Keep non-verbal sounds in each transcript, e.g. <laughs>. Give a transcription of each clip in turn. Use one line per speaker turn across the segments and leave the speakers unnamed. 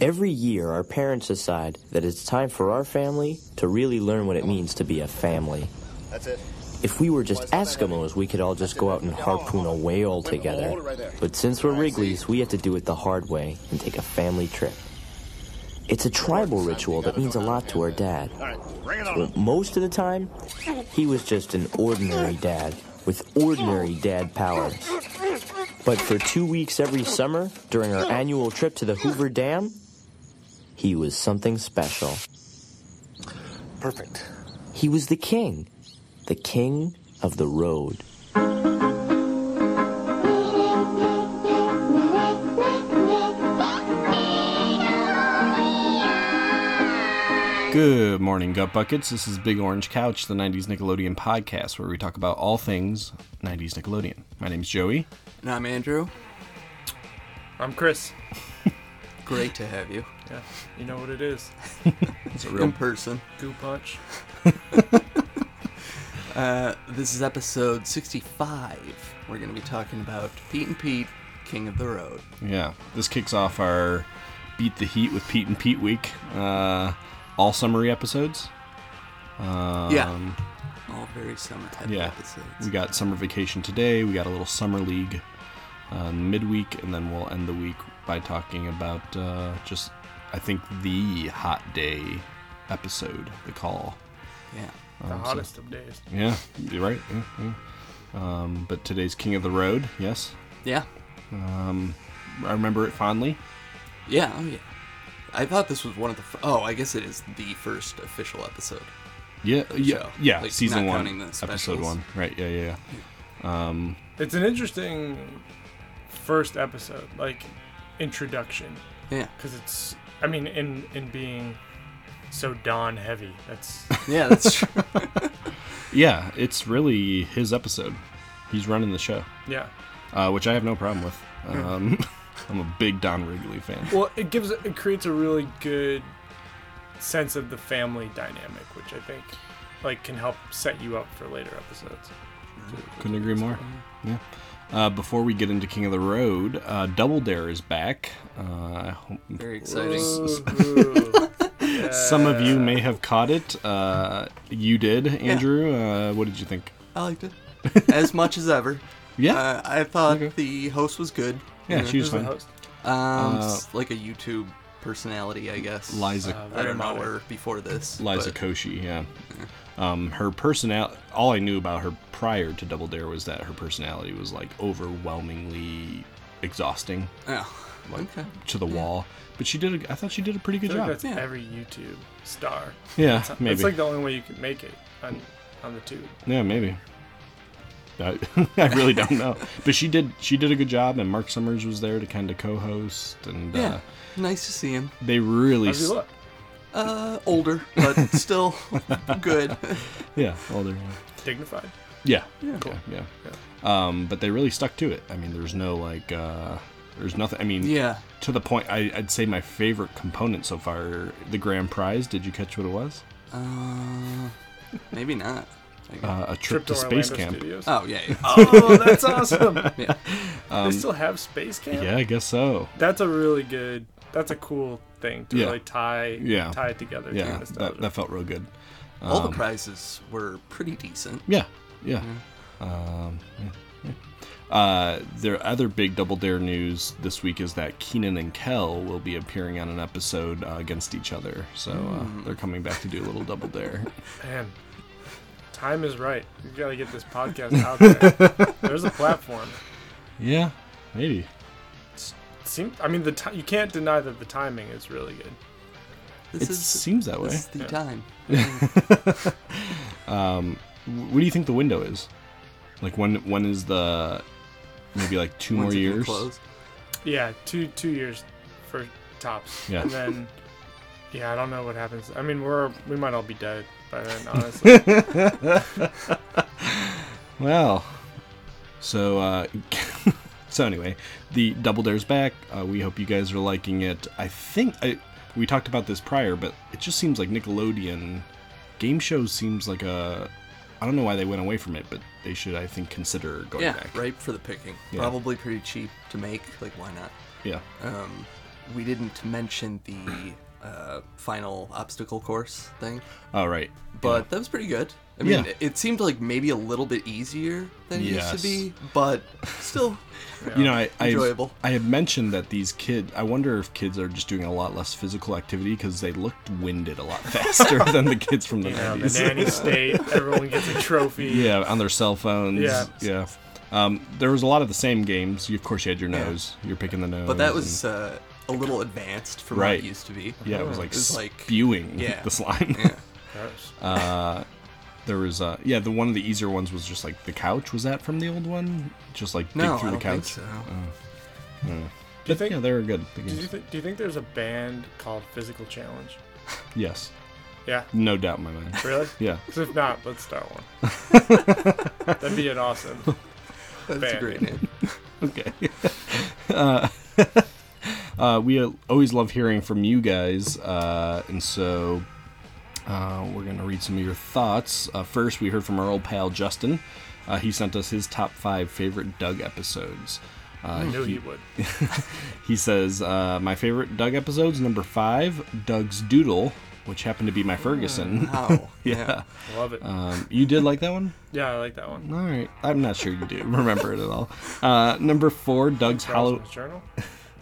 Every year, our parents decide that it's time for our family to really learn what it means to be a family.
That's it.
If we were just
Why is that
Eskimos, we could all just go out and harpoon a whale together.
hold it right there.
But since we're
All right, see?
Wrigley's, we have to do it the hard way and take a family trip. It's a tribal ritual that means a lot to our dad.
All right, bring it on.
But most of the time, he was just an ordinary dad with ordinary dad powers. But for two weeks every summer, during our annual trip to the Hoover Dam, he was something special.
Perfect.
He was the king, the king of the road.
Good morning, Gut Buckets. This is Big Orange Couch, the 90s Nickelodeon podcast, where we talk about all things 90s Nickelodeon. My name's Joey.
And I'm Andrew.
I'm Chris.
Great to have you.
Yeah, you know what it is.
It's a
In
real
person.
Goo punch.
This is episode 65. We're going to be talking about Pete and Pete, King of the Road.
Yeah, this kicks off our Beat the Heat with Pete and Pete week. Uh, all summary episodes.
yeah. All very summer type
Um, Yeah.
episodes.
We got summer vacation today. We got a little summer league uh, midweek, and then we'll end the week by talking about uh, just, I think, the hot day episode, the call.
yeah.
Oh.
The hottest of days.
Yeah, you're right. Yeah, yeah. Um, but today's King of the Road, yes.
Yeah.
I remember it fondly.
Yeah. Oh, yeah. I thought this was one of the. F- oh, I guess it is the first official episode.
Yeah, yeah,
show.
yeah.
Like,
season
not
one,
counting the
episode
specials.
one. Right. Yeah, yeah, yeah.
It's an interesting first episode, like introduction,
Yeah.
because it's. I mean, in in being so Don heavy,
<laughs>
that's
Yeah, that's
<laughs>
true.
Yeah, it's really his episode. He's running the show,
yeah.
uh, which I have no problem with. Um, <laughs> I'm a big Don Wrigley fan.
Well, it gives it creates a really good sense of the family dynamic, which I think like can help set you up for later episodes.
Couldn't agree more. Yeah. Uh, before we get into King of the Road, uh, Double Dare is back. Uh, I hope
Very exciting.
<laughs>
some of you may have caught it. Uh, you did, Andrew. Uh, what did you think?
I liked it. As much as ever.
Yeah,
Uh, I thought
Okay.
the host was good.
yeah,
You know,
she was
Who's the
fine.
host?
um, s- like a YouTube personality, I guess.
Uh, Liza,
I don't know
Aeronautic.
her before this.
Liza
but-
Koshy, yeah. Um, her personality. All I knew about her prior to Double Dare was that her personality was like overwhelmingly exhausting
Oh, okay.
to the wall. But she did. A, I thought she did a pretty good
I feel like
job.
that's
Yeah.
every YouTube star.
Yeah, maybe.
It's like the only way you can make it on on the tube.
yeah, maybe. I, <laughs> I really don't know, but she did. She did a good job, and Mark Summers was there to kind of co-host, and
Yeah,
uh,
nice to see him.
they really.
How's he
s-
look?
Uh, older,
<laughs>
but still good.
Yeah, older. Yeah.
Dignified.
Yeah. Yeah. Yeah. Um, but they really stuck to it. I mean, there's no like, uh, there's nothing. I mean,
Yeah.
To the point, I, I'd say my favorite component so far, the grand prize. Did you catch what it was?
Uh, maybe not. I guess.
Uh, a trip, to,
Orlando
space camp.
Studios.
oh yeah,
<laughs>
yeah.
Oh, <laughs> that's awesome.
<laughs> Yeah.
they still have space camp.
Um, Yeah, I guess so.
That's a really good. That's a cool thing to
Yeah.
really tie
Yeah.
tie it together.
Yeah,
to
that,
nostalgia.
that felt real good.
All
Um,
the prizes were pretty decent.
Yeah, yeah. Um, yeah, yeah. Uh, their other big Double Dare news this week is that Keenan and Kel will be appearing on an episode uh, against each other. So uh, they're coming back to do a little Double Dare.
Man, time is right. We gotta get this podcast
<laughs>
out there. There's a platform.
yeah, maybe.
Seem, I mean, the ti you can't deny that the timing is really good.
This
it
is
seems that way.
this is the time.
What do you think the window is? Like when when is the maybe like two more
Once it can
years?
close.
Yeah, two two years for tops.
Yeah.
And then, yeah, I don't know what happens. I mean, we're we might all be dead by then, honestly.
Well, so uh, <laughs> so anyway, the Double Dare's back. Uh, we hope you guys are liking it. I think I we talked about this prior, but it just seems like Nickelodeon game shows seems like a I don't know why they went away from it, but they should I think consider going
Yeah,
back.
ripe for the picking.
Yeah.
Probably pretty cheap to make. Like why not?
Yeah.
Um, we didn't mention the uh, final obstacle course thing,
All right.
but that was pretty good. I mean,
Yeah.
it seemed like maybe a little bit easier than it used
Yes.
to be, but
<laughs>
still,
you know, I
Enjoyable.
I, I have mentioned that these kids. I wonder if kids are just doing a lot less physical activity because they looked winded a lot <laughs> faster than the kids from the
Yeah, the
nineties.
nanny Um, state. Everyone gets a
<laughs>
trophy.
Yeah, on their cell phones.
Yeah.
yeah. Um, there was a lot of the same games. You, of course, you had your nose. You're picking the nose.
but that was uh, a little advanced from what
Um, Right.
it used to be.
and- yeah, it was like
was like-
spewing <laughs>
yeah.
the slime.
<laughs> Yeah.
Gross.
there was uh, yeah, the one of the easier ones was just like the couch. Was that from the old one? Just like
No,
dig through
I don't
the Uh, couch.
think so.
do you
But,
think?
yeah, they were good. The
do, you
games.
th- do you think there's a band called Physical Challenge?
Yes,
Yeah.
no doubt in my mind.
Really?
Yeah.
'Cause if not, let's start
<laughs>
one. That'd be an awesome.
That's a
Bad.
great
<laughs>
name.
okay. Uh, uh, we uh, always love hearing from you guys, uh, and so uh, we're going to read some of your thoughts. Uh, first, we heard from our old pal Justin. Uh, he sent us his top five favorite Doug episodes. Uh,
I
Hmm.
knew you would.
He says, uh, My favorite Doug episodes number five, Doug's Doodle, which happened to be my Ferguson.
Wow. Hmm.
yeah.
Love it.
<laughs> Um, you did like that one?
yeah, I like that one.
All right. I'm not sure you do <laughs> remember it at all. Uh, number four, Doug's Hollow.
Browser's Journal.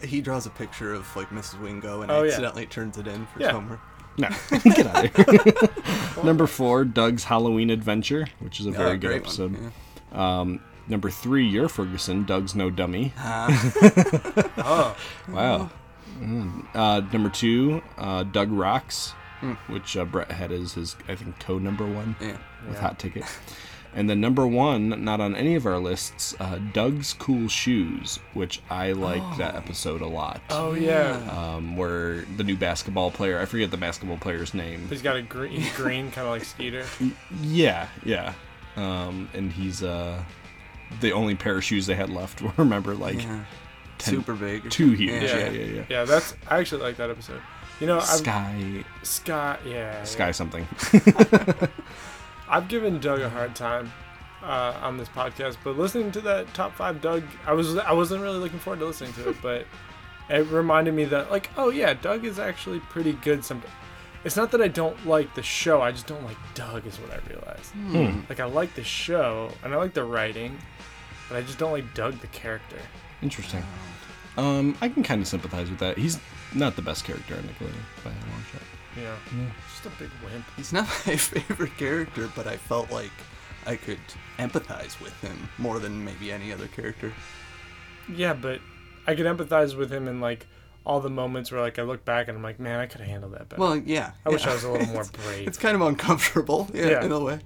He draws a picture of like Mrs. Wingo and
Oh, yeah.
accidentally turns it in for
Yeah.
Homer.
No, get out of here. Number four, Doug's Halloween Adventure, which is a very
Oh,
good
great one,
episode.
yeah.
Number three, your Ferguson, Doug's No Dummy. <laughs>
Oh,
Wow. Mm. Uh, number two, uh, Doug Rocks, which uh, Brett had as his, I think, co number one
Yeah.
with Hot Ticket. And then number one, not on any of our lists, uh, Doug's Cool Shoes, which I like that episode a lot.
oh yeah.
Um, where the new basketball player, I forget the basketball player's name.
He's got a
<laughs>
green, green kind of like Skeeter.
Yeah, yeah. Um, and he's uh, the only pair of shoes they had left. <laughs> were, Remember, like
Yeah. Super big. or
two
something.
huge.
Yeah.
Yeah, yeah, yeah.
Yeah, that's I actually like that episode. You know, I've,
Sky,
Sky, yeah,
Sky something. <laughs>
yeah. I've given Doug a hard time uh, on this podcast, but listening to that top five Doug, I was I wasn't really looking forward to listening to it, but it reminded me that like, oh yeah, Doug is actually pretty good. Some, it's not that I don't like the show, I just don't like Doug is what I realized.
Hmm.
Like I like the show and I like the writing, but I just don't like Doug the character.
Interesting. Um, I can kind of sympathize with that. He's not the best character in Nickelodeon by a long shot.
You know, just a big wimp.
He's not <laughs> my favorite character, but I felt like I could empathize with him more than maybe any other character.
Yeah, but I could empathize with him in like all the moments where like I look back and I'm like, man, I could have handled that better.
Well, yeah.
I wish
yeah. <laughs>
I was a little more
It's
brave.
kind of uncomfortable, <laughs> yeah,
Yeah.
in a way.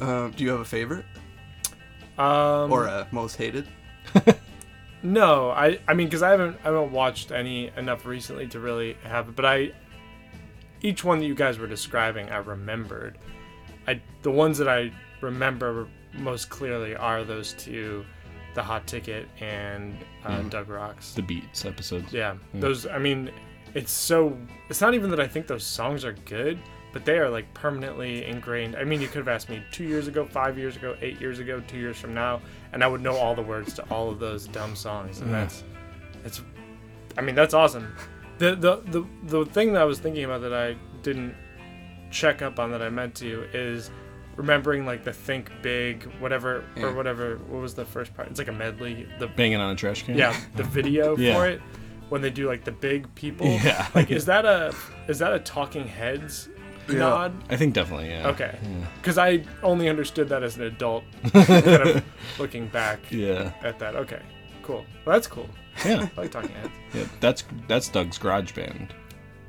Um, do you have a favorite
Um,
or a most hated?
no, I I mean because I haven't I haven't watched any enough recently to really have it, but I each one that you guys were describing, I remembered. I the ones that I remember most clearly are those two, the hot ticket and uh, Doug Rocks.
The Beats episodes.
Yeah, those. I mean, it's so. It's not even that I think those songs are good, but they are like permanently ingrained. I mean, you could have asked me two years ago, five years ago, eight years ago, two years from now, and I would know all the words to all of those dumb songs. And that's, it's. I mean, that's awesome. The the the the thing that I was thinking about that I didn't check up on that I meant to is remembering like the think big whatever
Yeah.
or whatever what was the first part it's like a medley the
Banging on a trash can.
yeah the
<laughs>
video
Yeah.
for it when they do like the big
<laughs>
people
Yeah.
like is that a is that a talking heads nod
I think definitely. Yeah.
okay because i only understood that as an adult
<laughs>
kind of looking back <laughs>
Yeah.
at that okay cool well, that's cool
Yeah.
i like talking heads
yeah. That's that's Doug's Garage Band.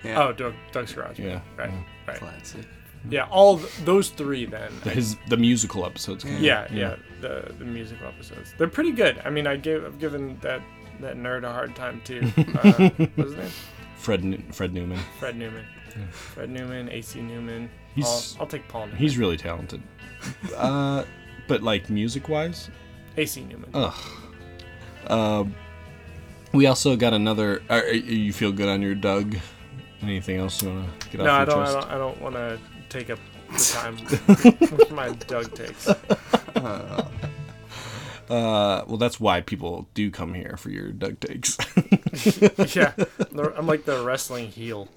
Yeah.
oh doug doug's garage
Yeah.
right right
Classic.
yeah all th- those three then
The- His the musical episodes. kinda.
yeah yeah the the musical episodes they're pretty good i mean i gave i've given that that nerd a hard time too
<laughs>
uh, what was his name
Fred New- Fred Newman.
Fred Newman. Fred Newman, AC Newman.
He's-
I'll, I'll take Paul Newman.
He's really <laughs> talented. Uh, but like music wise,
AC Newman.
we also got another. Uh, you feel good on your Doug? Anything else you want to get
no, I
off
don't,
your
I
chest?
don't. I don't want to
<laughs>
take up the time with my Doug takes.
Uh, well, that's why people do come here for your duck takes.
<laughs>
<laughs>
yeah, I'm like the
<laughs>
wrestling heel.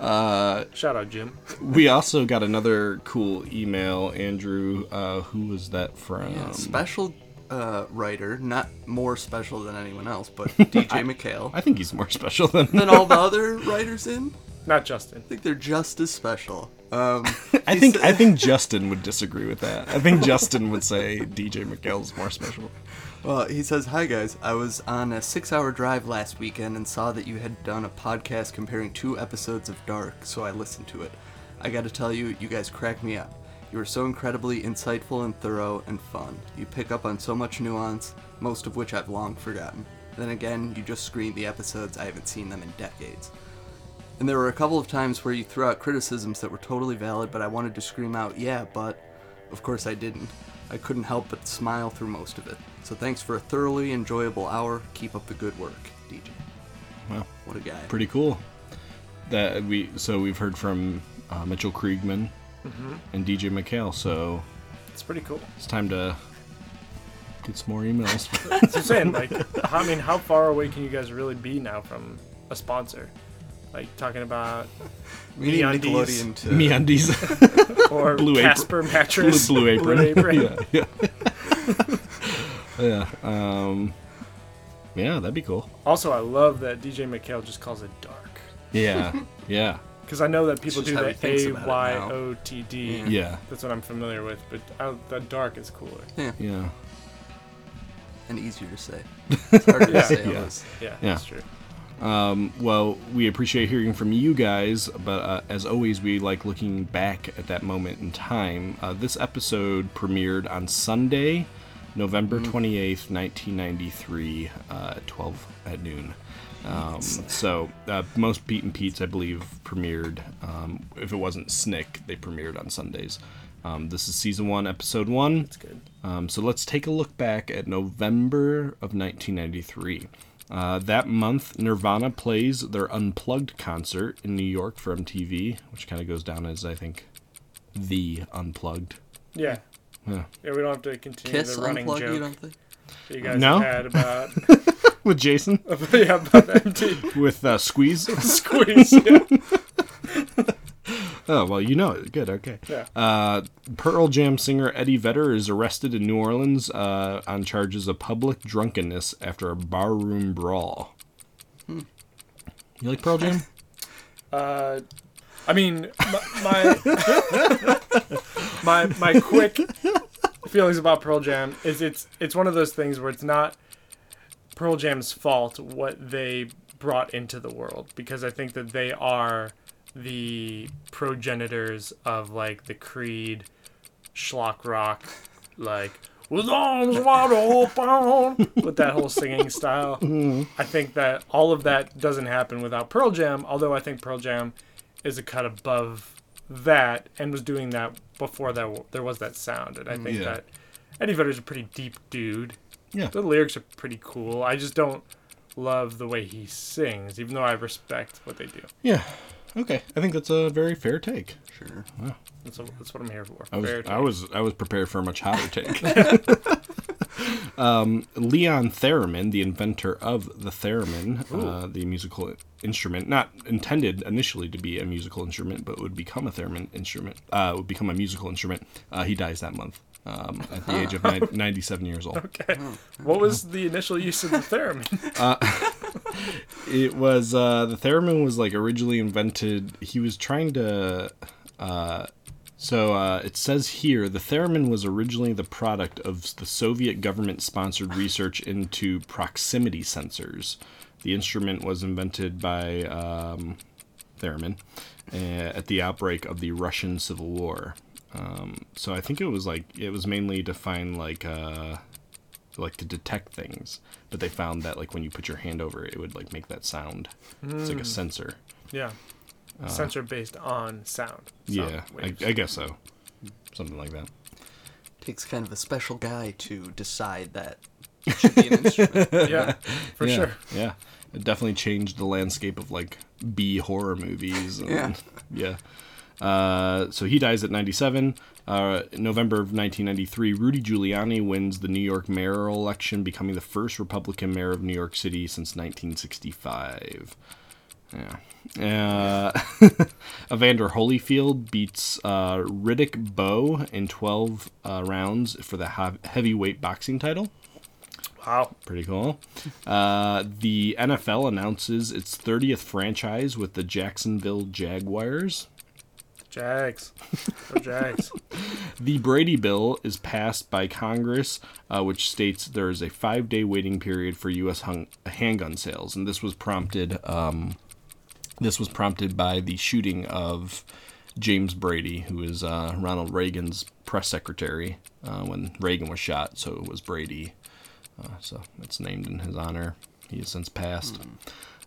uh, Shout out, Jim.
we also got another cool email, Andrew. Uh, who was that from?
Yeah, special uh, writer, not more special than anyone else,
<laughs>
but DJ McHale.
I <laughs> think he's more special than.
Than all the other writers in,
Not Justin.
I think they're just as special. Um,
I think I <laughs> think Justin would disagree with that. I think Justin would say DJ McHale's more special.
Well, he says, Hi guys, I was on a six hour drive last weekend and saw that you had done a podcast comparing two episodes of Dark, so I listened to it. I gotta tell you, you guys crack me up. You are so incredibly insightful and thorough and fun. You pick up on so much nuance, most of which I've long forgotten. Then again, you just screen the episodes, I haven't seen them in decades. And there were a couple of times where you threw out criticisms that were totally valid, but I wanted to scream out, yeah, but. Of course I didn't. I couldn't help but smile through most of it. So thanks for a thoroughly enjoyable hour. Keep up the good work, DJ.
Wow.
What a guy.
pretty cool. That we so we've heard from uh, Mitchell Kriegman
Mm-hmm.
and DJ McHale, so
It's pretty cool.
it's time to get some more emails. <laughs>
<laughs> So I'm saying, like, I mean, how far away can you guys really be now from a sponsor? Like
<laughs>
talking about
we need
MeUndies.
Nickelodeon to.
<laughs>
MeUndies,
or
Blue Apron.
Casper
<laughs>
mattress,
Blue Apron,
Blue Apron.
<laughs> yeah, <laughs> yeah, yeah. Um, yeah, that'd be cool.
Also, I love that DJ McHale just calls it dark
Yeah, yeah,
because I know that people
just
do
how he
the
thinks
A
about it
Y
now.
O T D.
yeah,
That's what I'm familiar with, but I, the dark is cooler.
Yeah,
yeah.
and easier
<laughs>
to say. It's harder
Yeah.
to
Yeah.
say. Yeah.
Yeah,
Yeah.
that's true.
Well, we appreciate hearing from you guys, but uh, as always, we like looking back at that moment in time. Uh, this episode premiered on Sunday, November twenty eighth, nineteen ninety three, uh, at twelve at noon. Um, so uh, most Pete and Pete's, I believe, premiered. Um, if it wasn't Snick, they premiered on Sundays. Um, this is season one, episode one.
It's good.
Um, so let's take a look back at November of 1993. Uh, that month, Nirvana plays their Unplugged concert in New York for MTV, which kind of goes down as, I think, the Unplugged.
Yeah.
Yeah.
Yeah, we don't have to continue
Kiss
the running
unplugged, you
joke
don't think?
that you guys
No?
had about
<laughs>
<laughs>
With Jason?
yeah about
<laughs>
MT
With uh, Squeeze?
squeeze. Yeah.
<laughs> oh, well, you know it. Good, okay.
Yeah.
Uh, Pearl Jam singer Eddie Vedder is arrested in New Orleans uh, on charges of public drunkenness after a barroom brawl. You like Pearl Jam?
Uh, I mean, my <laughs> my, my my quick feelings about Pearl Jam is it's it's one of those things where it's not Pearl Jam's fault what they brought into the world because I think that they are the progenitors of like the Creed, schlock rock, like with arms wide open with that whole singing style. I think that all of that doesn't happen without Pearl Jam, although I think Pearl Jam is a cut above that and was doing that before that w- there was that sound. And I think
yeah.
that Eddie Vedder's a pretty deep dude.
Yeah.
The lyrics are pretty cool. I just don't love the way he sings, even though I respect what they do.
Yeah. Okay. I think that's a very fair take.
Sure.
That's, that's what I'm here for.
I was
Fair
I
take.
was I was prepared for a much hotter take. <laughs> um, Leon Theremin, the inventor of the theremin, uh, the musical instrument, not intended initially to be a musical instrument, but would become a theremin instrument. Uh, would become a musical instrument. Uh, he dies that month um, at the age
<laughs>
of nine- 97 years old.
Okay.
Oh.
What was the initial use of
<laughs>
the theremin?
it was uh the theremin was like originally invented he was trying to uh so uh, it says here the theremin was originally the product of the Soviet government sponsored research into proximity sensors. The instrument was invented by um, theremin uh, at the outbreak of the Russian Civil War. Um, so I think it was like it was mainly to find like uh, like to detect things, but they found that like when you put your hand over it, it would like make that sound. It's
Hmm.
like a sensor.
yeah. Sensor based on sound.
Uh, yeah,
Sound
I,
waves.
I guess so. Something like that.
Takes kind of a special guy to decide that it should
<laughs>
be an instrument.
yeah, for
yeah,
sure.
Yeah, it definitely changed the landscape of like <laughs> B horror movies. And,
Yeah.
yeah. Uh, so he dies at 97. Uh, in November of 1993, Rudy Giuliani wins the New York mayoral election, becoming the first Republican mayor of New York City since 1965. Yeah. Uh, <laughs> Evander Holyfield beats uh, Riddick Bowe in 12 uh, rounds for the hev- heavyweight boxing title.
Wow.
Pretty cool. Uh, the NFL announces its 30th franchise with the Jacksonville Jaguars.
Jags.
<laughs>
Go Jags.
The Brady Bill is passed by Congress, uh, which states there is a five day waiting period for U.S. Hung- handgun sales, and this was prompted. Um, this was prompted by the shooting of James Brady, who is uh, Ronald Reagan's press secretary uh, when Reagan was shot. So it was Brady. Uh, so it's named in his honor. He has since passed.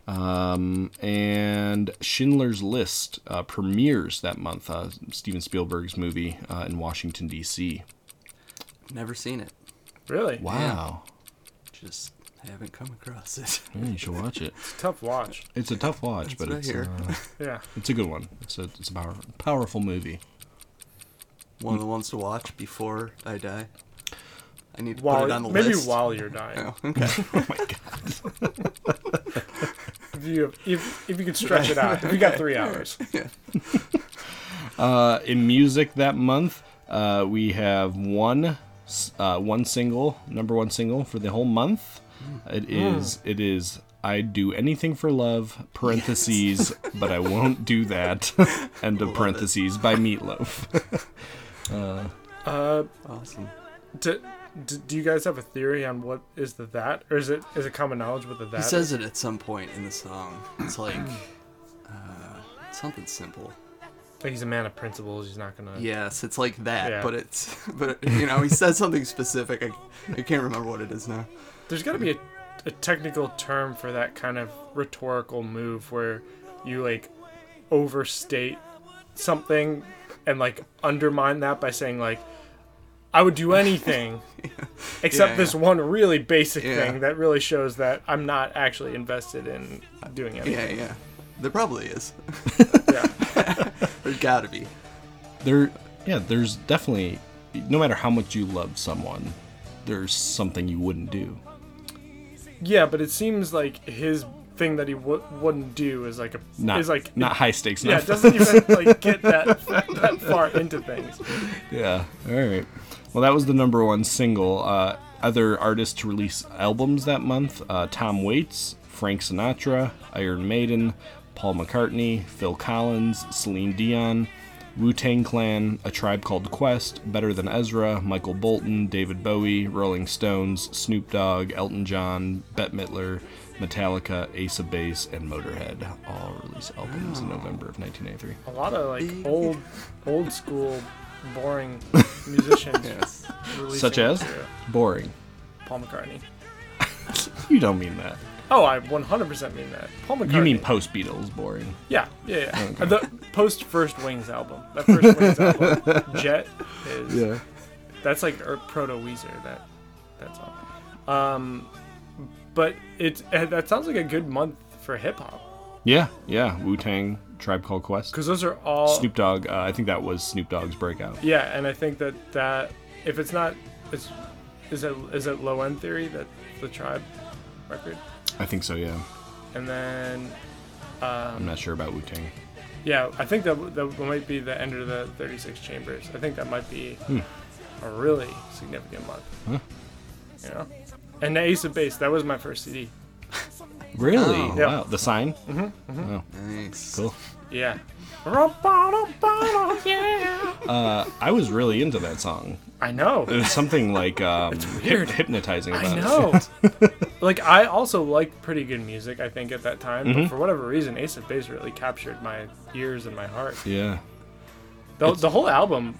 Um, and Schindler's List uh, premieres that month, uh, Steven Spielberg's movie uh, in Washington, D.C.
Never seen it.
Really?
Wow.
Just haven't come across it.
Yeah, you should watch it.
It's a tough watch.
It's a tough watch, but
what I
it's,
hear.
uh,
Yeah.
it's a good one. It's a, it's a power, powerful movie.
One of the ones to watch before I die. I need to put it on
While
the
maybe
list.
while you're dying,
Oh, <laughs> okay.
<laughs> Oh my God.
if you if, if you can stretch it out, if
<laughs>
you got three hours,
Uh, in music that month, uh, we have one s- uh, one single, number one single for the whole month. It is it is I'd do anything for love parentheses, but I won't do <laughs> that end of parentheses by Meatloaf.
uh,
awesome.
do, do, do you guys have a theory on what is the that, or is it is it common knowledge what the that?
He
is?
says it at some point in the song. It's like uh, something simple.
Like, he's a man of principles. He's not gonna.
Yes, it's like that,
Yeah.
but it's <laughs> but you know he says something specific. I, I can't remember what it is now.
There's got to be a, a technical term for that kind of rhetorical move where you like overstate something and like undermine that by saying like I would do anything
<laughs>
except
Yeah,
this one really basic
Yeah.
thing that really shows that I'm not actually invested in doing anything.
Yeah, yeah. There probably is.
<laughs> Yeah.
<laughs> There's gotta be.
There, yeah, there's definitely no matter how much you love someone, there's something you wouldn't do.
Yeah, but it seems like his thing that he w- wouldn't do is like a
Not
is like
not high stakes.
yeah,
not
it doesn't even
<laughs>
like get that that far into things.
Yeah. All right. Well, that was the number one single. Uh, other artists to release albums that month: uh, Tom Waits, Frank Sinatra, Iron Maiden, Paul McCartney, Phil Collins, Celine Dion, Wu Tang Clan, A Tribe Called Quest, Better Than Ezra, Michael Bolton, David Bowie, Rolling Stones, Snoop Dogg, Elton John, Bette Midler. Metallica, Ace of Base, and Motorhead all release albums in November of 1983.
A lot of like old, old school, boring
<laughs>
musicians.
Yes.
releasing
Such as?
material.
Boring.
Paul McCartney.
You don't mean that.
Oh, I 100% mean that. Paul McCartney.
You mean post Beatles boring?
Yeah, yeah, yeah. The post first Wings album. That first Wings album, Jet is. That's like er, proto Weezer. That that's all. Um, but it eh, that sounds like a good month for hip hop
Yeah, yeah. Wu Tang, Tribe Called Quest,
because those are all.
Snoop Dogg. Uh, I think that was Snoop Dogg's breakout.
Yeah, and I think that that if it's not, it's, is it is it low end theory that the tribe record,
I think so. Yeah,
and then
I'm not sure about Wu Tang.
Yeah, I think that that might be the end of the 36 chambers. I think that might be a really significant month. You know, and the Ace of Base that was my first CD.
Really?
Oh.
Yeah. Mm-hmm,
Wow. The sign. Oh,
Nice.
Cool.
Yeah. <laughs> yeah.
Uh, I was really into that song.
I know.
There's something
<laughs>
like um, weird. hypnotizing about <laughs>
I
it.
know. like I also liked pretty good music. I think at that time, but for whatever reason, Ace of Base really captured my ears and my heart.
Yeah,
The, the whole album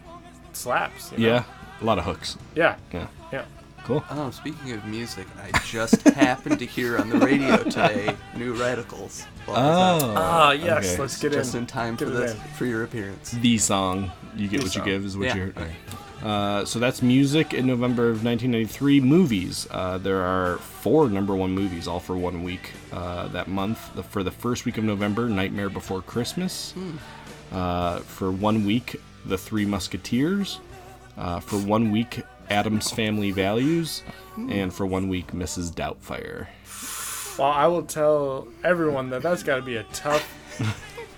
slaps. you know?
yeah. A lot of hooks.
Yeah.
Yeah,
Yeah.
cool.
Uh,
Oh, speaking of music, I just happened to hear on the radio today New Radicals. Well, it's not-
Oh,
Ah yes.
Okay.
Let's get
just
in.
in time for
Get it
this
in.
for your appearance.
the song. You get what
song.
you give is what
Yeah.
you hear. Uh, so that's music in November of 1993. Movies. Uh, there are four number one movies, all for one week uh, that month. The, for the first week of November, Nightmare Before Christmas. Uh, for one week, The Three Musketeers. Uh, for one week, Adam's Family Values, and for one week, Mrs. Doubtfire.
Well, I will tell everyone that that's got to be a tough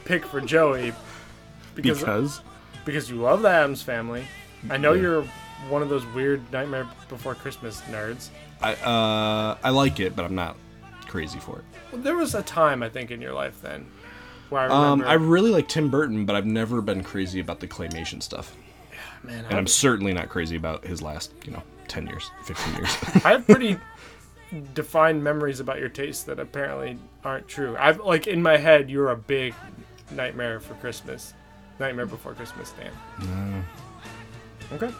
pick for Joey because
Because
because you love the Adams Family. I know
Yeah.
you're one of those weird Nightmare Before Christmas nerds.
I uh, I like it, but I'm not crazy for it.
Well, there was a time I think in your life then where I
Um,
remember.
I really like Tim Burton, but I've never been crazy about the claymation stuff,
man,
and
I,
I'm certainly not crazy about his last, you know, ten years, fifteen
<laughs>
years.
I have pretty defined memories about your tastes that apparently aren't true. I've like in my head you're a big Nightmare for Christmas, Nightmare Before Christmas fan.
Oh. <laughs>
Okay.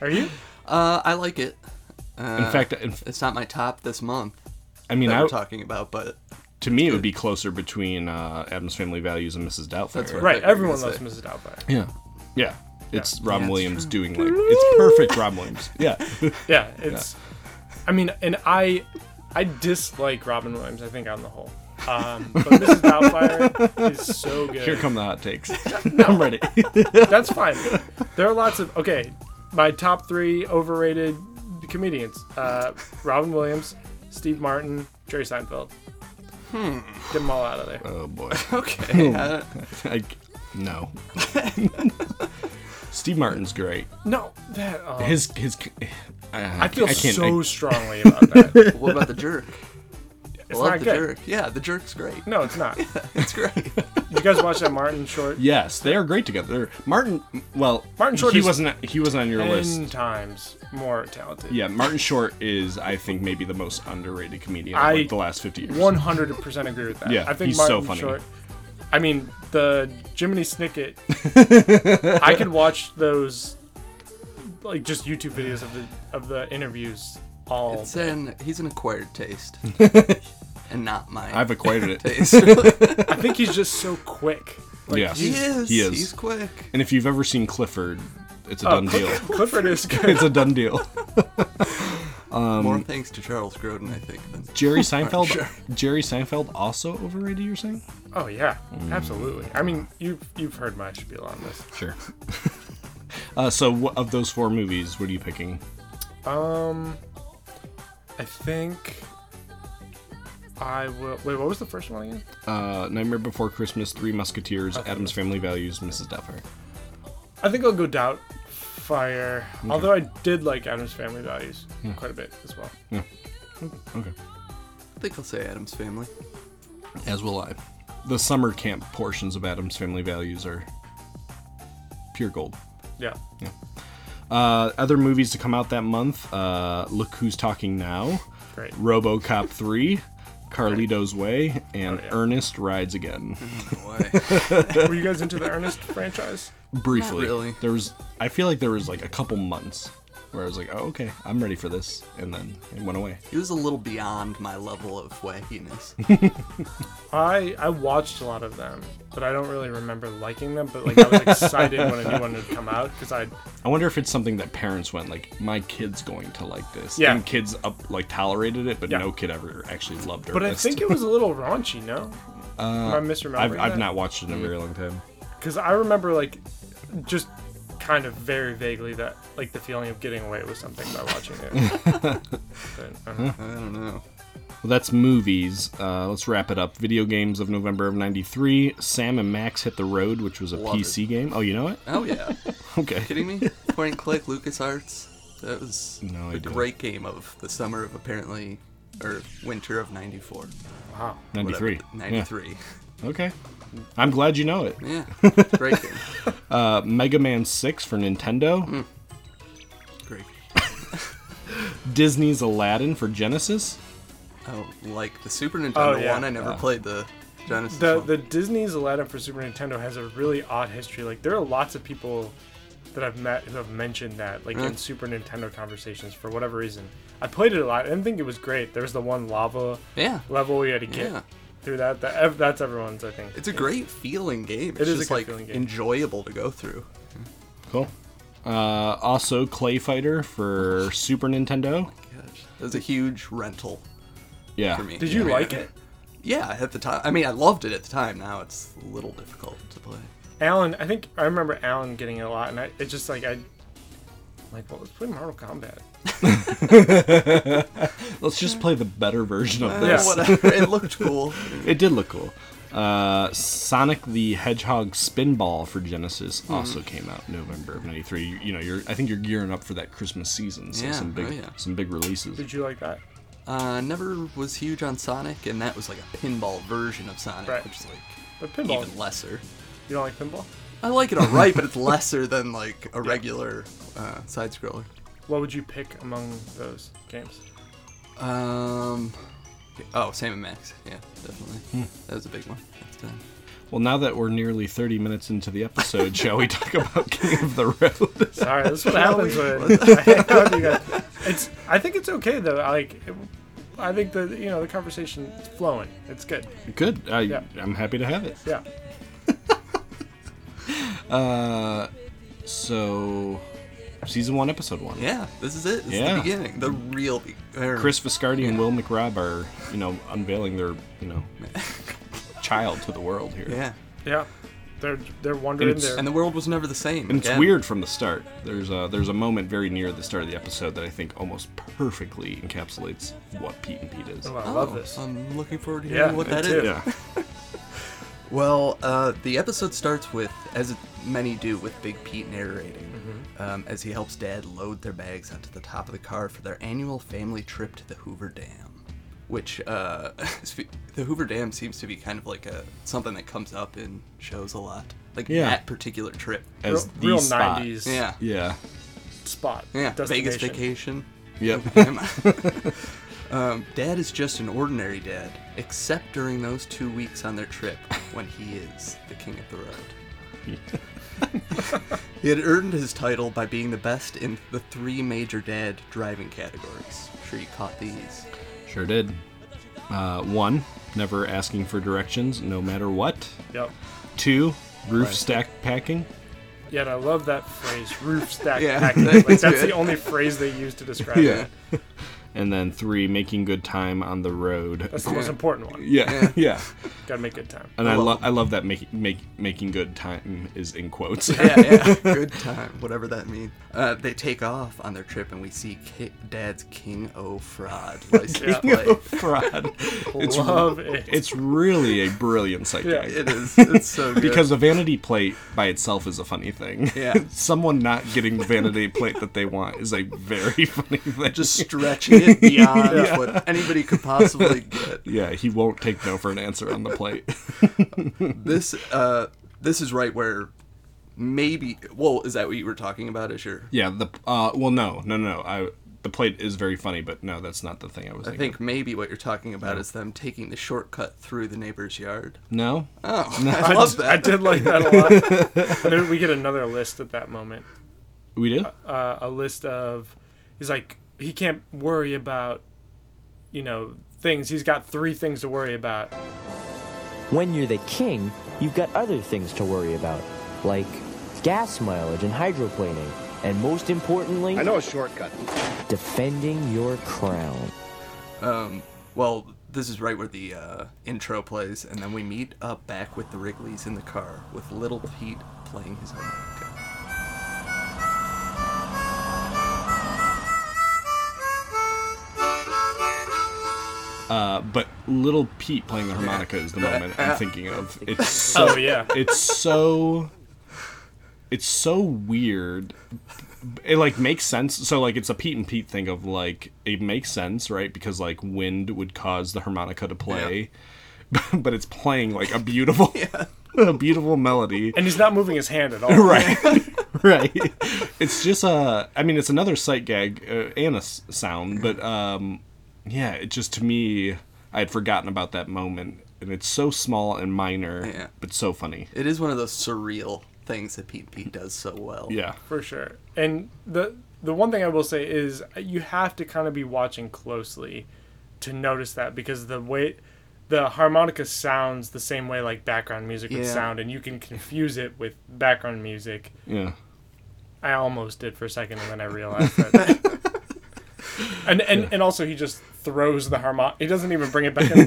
Are you?
Uh, I like it. Uh,
in fact, in,
it's not my top this month
I mean,
that
I,
we're talking about, but
to me, it would be closer between uh, Adam's Family Values and Mrs. Doubtfire.
That's right.
Right.
thought you were
Everyone
gonna
loves Mrs. Doubtfire.
Yeah. Yeah. It's Rob
that's
Williams
true.
doing like it's perfect Rob Williams. Yeah.
<laughs>
Yeah, it's. I mean, and I, I dislike Robin Williams. I think on the whole, um, but
<laughs>
Mrs. Doubtfire is so good.
Here come the hot
<laughs>
takes. <laughs> I'm ready.
That's fine. There are lots of okay. My top three overrated comedians: uh, Robin Williams, Steve Martin, Jerry Seinfeld. Hmm. Get them all out of there.
oh boy.
okay. I-
I,
<laughs>
no. Steve Martin's great.
No, that. Oh,
His his I,
I feel
I can't,
so
I-
strongly about
<laughs>
that.
what about the jerk?
<laughs> It's
Love
not
the
good.
jerk. Yeah, the jerk's great.
No, it's not. Did
It's great.
you guys watch that Martin short?
yes, they are great together. Martin well
Martin Short
he
is-
wasn't he wasn't on your
Ten
list.
times more talented.
Yeah, Martin Short is I think maybe the most underrated comedian
I-
of like, the last 50 years.
One hundred percent agree with that.
Yeah,
I think
he's
Martin
so funny.
Short. I mean, the
<laughs>
Jiminy Snicket. I could watch those, like just YouTube videos of the of the interviews all.
It's an he's an acquired
<laughs>
taste, and not mine.
I've acquired
<laughs>
it. <laughs>
taste. he
I think he's just so quick.
yes.
is.
He is.
He's quick.
And if you've ever seen Clifford, it's a done deal.
Oh, Clifford is
<laughs>
good.
it's a done deal. Um,
More thanks to Charles Grodin, I think. Than
<laughs> Jerry Seinfeld.
Sure.
Jerry Seinfeld also overrated. You're saying?
Oh yeah,
Mm.
absolutely. I mean, you you've heard my spiel on this.
Sure. <laughs> uh, so, wh- of those four movies, what are you picking?
Um, I think I will. Wait, what was the first one again?
Uh, Nightmare Before Christmas, Three Musketeers, Adam's Family Values, Mrs. Doubtfire.
I think I'll go Doubt Fire. Although I did like Adam's Family Values quite a bit as well.
Okay.
I think I'll say Adam's Family.
As will I. The summer camp portions of Adam's Family Values are pure gold.
Yeah.
Uh, other movies to come out that month: uh, Look Who's Talking Now,
Great.
RoboCop 3, Carlito's Way, and
Oh, yeah. Mm-hmm.
Ernest Rides Again.
Boy.
Were you guys into
<laughs>
the Ernest franchise?
briefly.
Not really.
There was I feel like there was like a couple months where I was like, "Oh, okay, I'm ready for this." And then it went away.
he was a little beyond my level of wackiness.
I I watched a lot of them, but I don't really remember liking them. But like I was excited when a new one had come out because I
I wonder if it's something that parents went like, "My kid's going to like this."
Yeah.
And kids up like tolerated it, but
Yeah.
no kid ever actually loved
but I
Ernest.
think it was a little raunchy. No, uh, am I
<laughs>
misremembering?
I've, I've not watched it in a
Mm.
very long time.
because I remember like just kind of very vaguely that like the feeling of getting away with something by watching
<laughs>
it. but, uh-huh. I don't know.
I don't know.
Well, that's movies. Uh, let's wrap it up. Video games of November of '93. Sam and Max hit the road, which was a
Love
PC game. Oh, you know
<laughs>
it? <laughs>
Oh yeah.
Okay.
Kidding me? Point and click, LucasArts. That was
No
a
idea.
great game of the summer of apparently, or winter of 94.
Wow.
whatever,
'93.
93.
Okay. I'm glad you know it.
Yeah. it's a great game.
Mega Man 6 for Nintendo,
Hmm. Great game.
Disney's Aladdin for Genesis.
Oh, like the Super Nintendo
Oh, yeah.
one. I never played the Genesis
The
one.
the Disney's Aladdin for Super Nintendo has a really odd history. Like there are lots of people that I've met who have mentioned that, like in
Really?
Super Nintendo conversations for whatever reason. I played it a lot. I didn't think it was great. There was the one lava
yeah.
level you had to get
Yeah.
through that. that ev- that's everyone's, I think.
It's a great feeling game. It's
is a
just
good
like
feeling game.
enjoyable to go through.
Cool. Uh, also, Clay Fighter for Super Nintendo.
Gosh. It was a huge rental
Yeah.
for me.
Did you
Yeah.
like it?
Yeah, at the time. I mean, I loved it at the time. Now it's a little difficult to play.
Alan, I think I remember Alan getting it a lot, and I, it's just like I, like, well, let's play Mortal Kombat.
Let's just play the better version of this.
Whatever. It looked
<laughs>
cool.
It did look cool. Uh, Sonic the Hedgehog Spinball for Genesis
Hmm.
also came out November of '93. You, you know, you're I think you're gearing up for that Christmas season. So
Yeah,
some big
oh yeah.
some big releases.
Did you like that?
Uh, never was huge on Sonic, and that was like a pinball version of Sonic,
Right.
which is like
But pinball,
even lesser.
you don't like pinball?
I like it alright,
<laughs>
but it's lesser than like a regular uh, side scroller.
What would you pick among those games?
Um, oh, Sam and Max. Yeah, definitely.
Hmm.
That was a big one. That's done.
Well, now that we're nearly 30 minutes into the episode, shall we talk about <laughs> King of the Road? <laughs>
Sorry, this is what happens when <laughs> I hang out with you guys. It's. I think it's okay though. I Like, it, I think the you know the conversation is flowing. It's good.
Good. I,
Yeah.
I'm happy to have it.
Yeah.
So, season one, episode one.
Yeah, this is it. This
Yeah.
is the beginning. The real be- er, or-
Chris Viscardi and Will McRobb are, you know, unveiling their, you
<laughs>
know, child to the world here.
Yeah.
Yeah. They're they're wandering
It's-
there.
And the world was never the same.
And it's
again.
weird from the start. There's a there's a moment very near the start of the episode that I think almost perfectly encapsulates what Pete and Pete is.
Oh, I
Oh,
love this.
I'm looking forward to
Yeah,
hearing what
me
that is.
too.
Yeah.
Well, uh, the episode starts with, as it- many do, with Big Pete narrating, um, as he helps Dad load their bags onto the top of the car for their annual family trip to the Hoover Dam, which uh, <laughs> spe- the Hoover Dam seems to be kind of like a something that comes up in shows a lot, like
Yeah.
that particular trip.
As the
real
spot.
90s
Yeah,
Yeah.
spot.
yeah, Vegas
destination.
vacation.
<laughs> Yep.
<laughs> um, dad is just an ordinary dad, except during those two weeks on their trip when he is the king of the road. he had earned his title by being the best in the three major dad driving categories. I'm sure you caught these.
<laughs> Sure did. Uh, one, never asking for directions, no matter what.
Yep.
Two, roof stack packing.
Yeah, and I love that phrase, roof
<laughs>
stack
Yeah,
packing.
that's
Like, that's
good.
the only phrase they use to describe it.
And then three, making good time on the road.
That's the most important one.
yeah, <laughs> yeah.
Gotta make good time.
And I,
Well-
love I love that make, make, making good time is in quotes.
<laughs> Yeah, yeah. Good time, whatever that means. Uh, they take off on their trip, and we see Ki- Dad's King O <laughs> fraud license
Yeah.
<laughs>
plate.
Fraud. It's,
love it.
it's really a brilliant sight
Yeah,
gag.
It is. It's so <laughs> good.
Because a vanity plate by itself is a funny thing.
Yeah.
<laughs> Someone not getting the vanity plate that they want is a very <laughs> funny thing.
<laughs> just stretching it beyond what anybody could possibly get.
yeah, he won't take no for an answer on the plate. <laughs>
This uh, this is right where maybe. Well, is that what you were talking about? Is your
Yeah, the uh well no, no no. I the plate is very funny, but no, that's not the thing I was
I
thinking.
think maybe what you're talking about is them taking the shortcut through the neighbor's yard.
No?
Oh, I love
I
that.
did like that a
<laughs>
lot. And then we get another list at that moment.
We do?
Uh, a list of, he's like, he can't worry about, you know, things. He's got three things to worry about.
When you're the king, you've got other things to worry about, like gas mileage and hydroplaning, and most importantly,
I know a shortcut.
defending your crown.
Well, this is right where the uh, intro plays, and then we meet up back with the Wrigleys in the car with Little Pete playing his harmonica.
Uh but little Pete playing the harmonica is the moment I'm thinking of. It's so
Oh, yeah.
it's so it's so weird it like makes sense so like it's a pete and pete thing of like it makes sense right because like wind would cause the harmonica to play <laughs> but it's playing like a beautiful <laughs> a beautiful melody
And he's not moving his hand at all.
right right it's just a i mean it's another sight gag uh, and a s- sound but um yeah it just to me i had forgotten about that moment and it's so small and minor
Yeah.
but so funny
It is one of those surreal things that Pete Pete does so well.
yeah
For sure. And the the one thing I will say is you have to kind of be watching closely to notice that because the way the harmonica sounds the same way like background music would
Yeah.
sound and you can confuse it with background music.
yeah
I almost did for a second and then I realized that.
<laughs>
and and, and also he just throws the harmon he doesn't even bring it back in the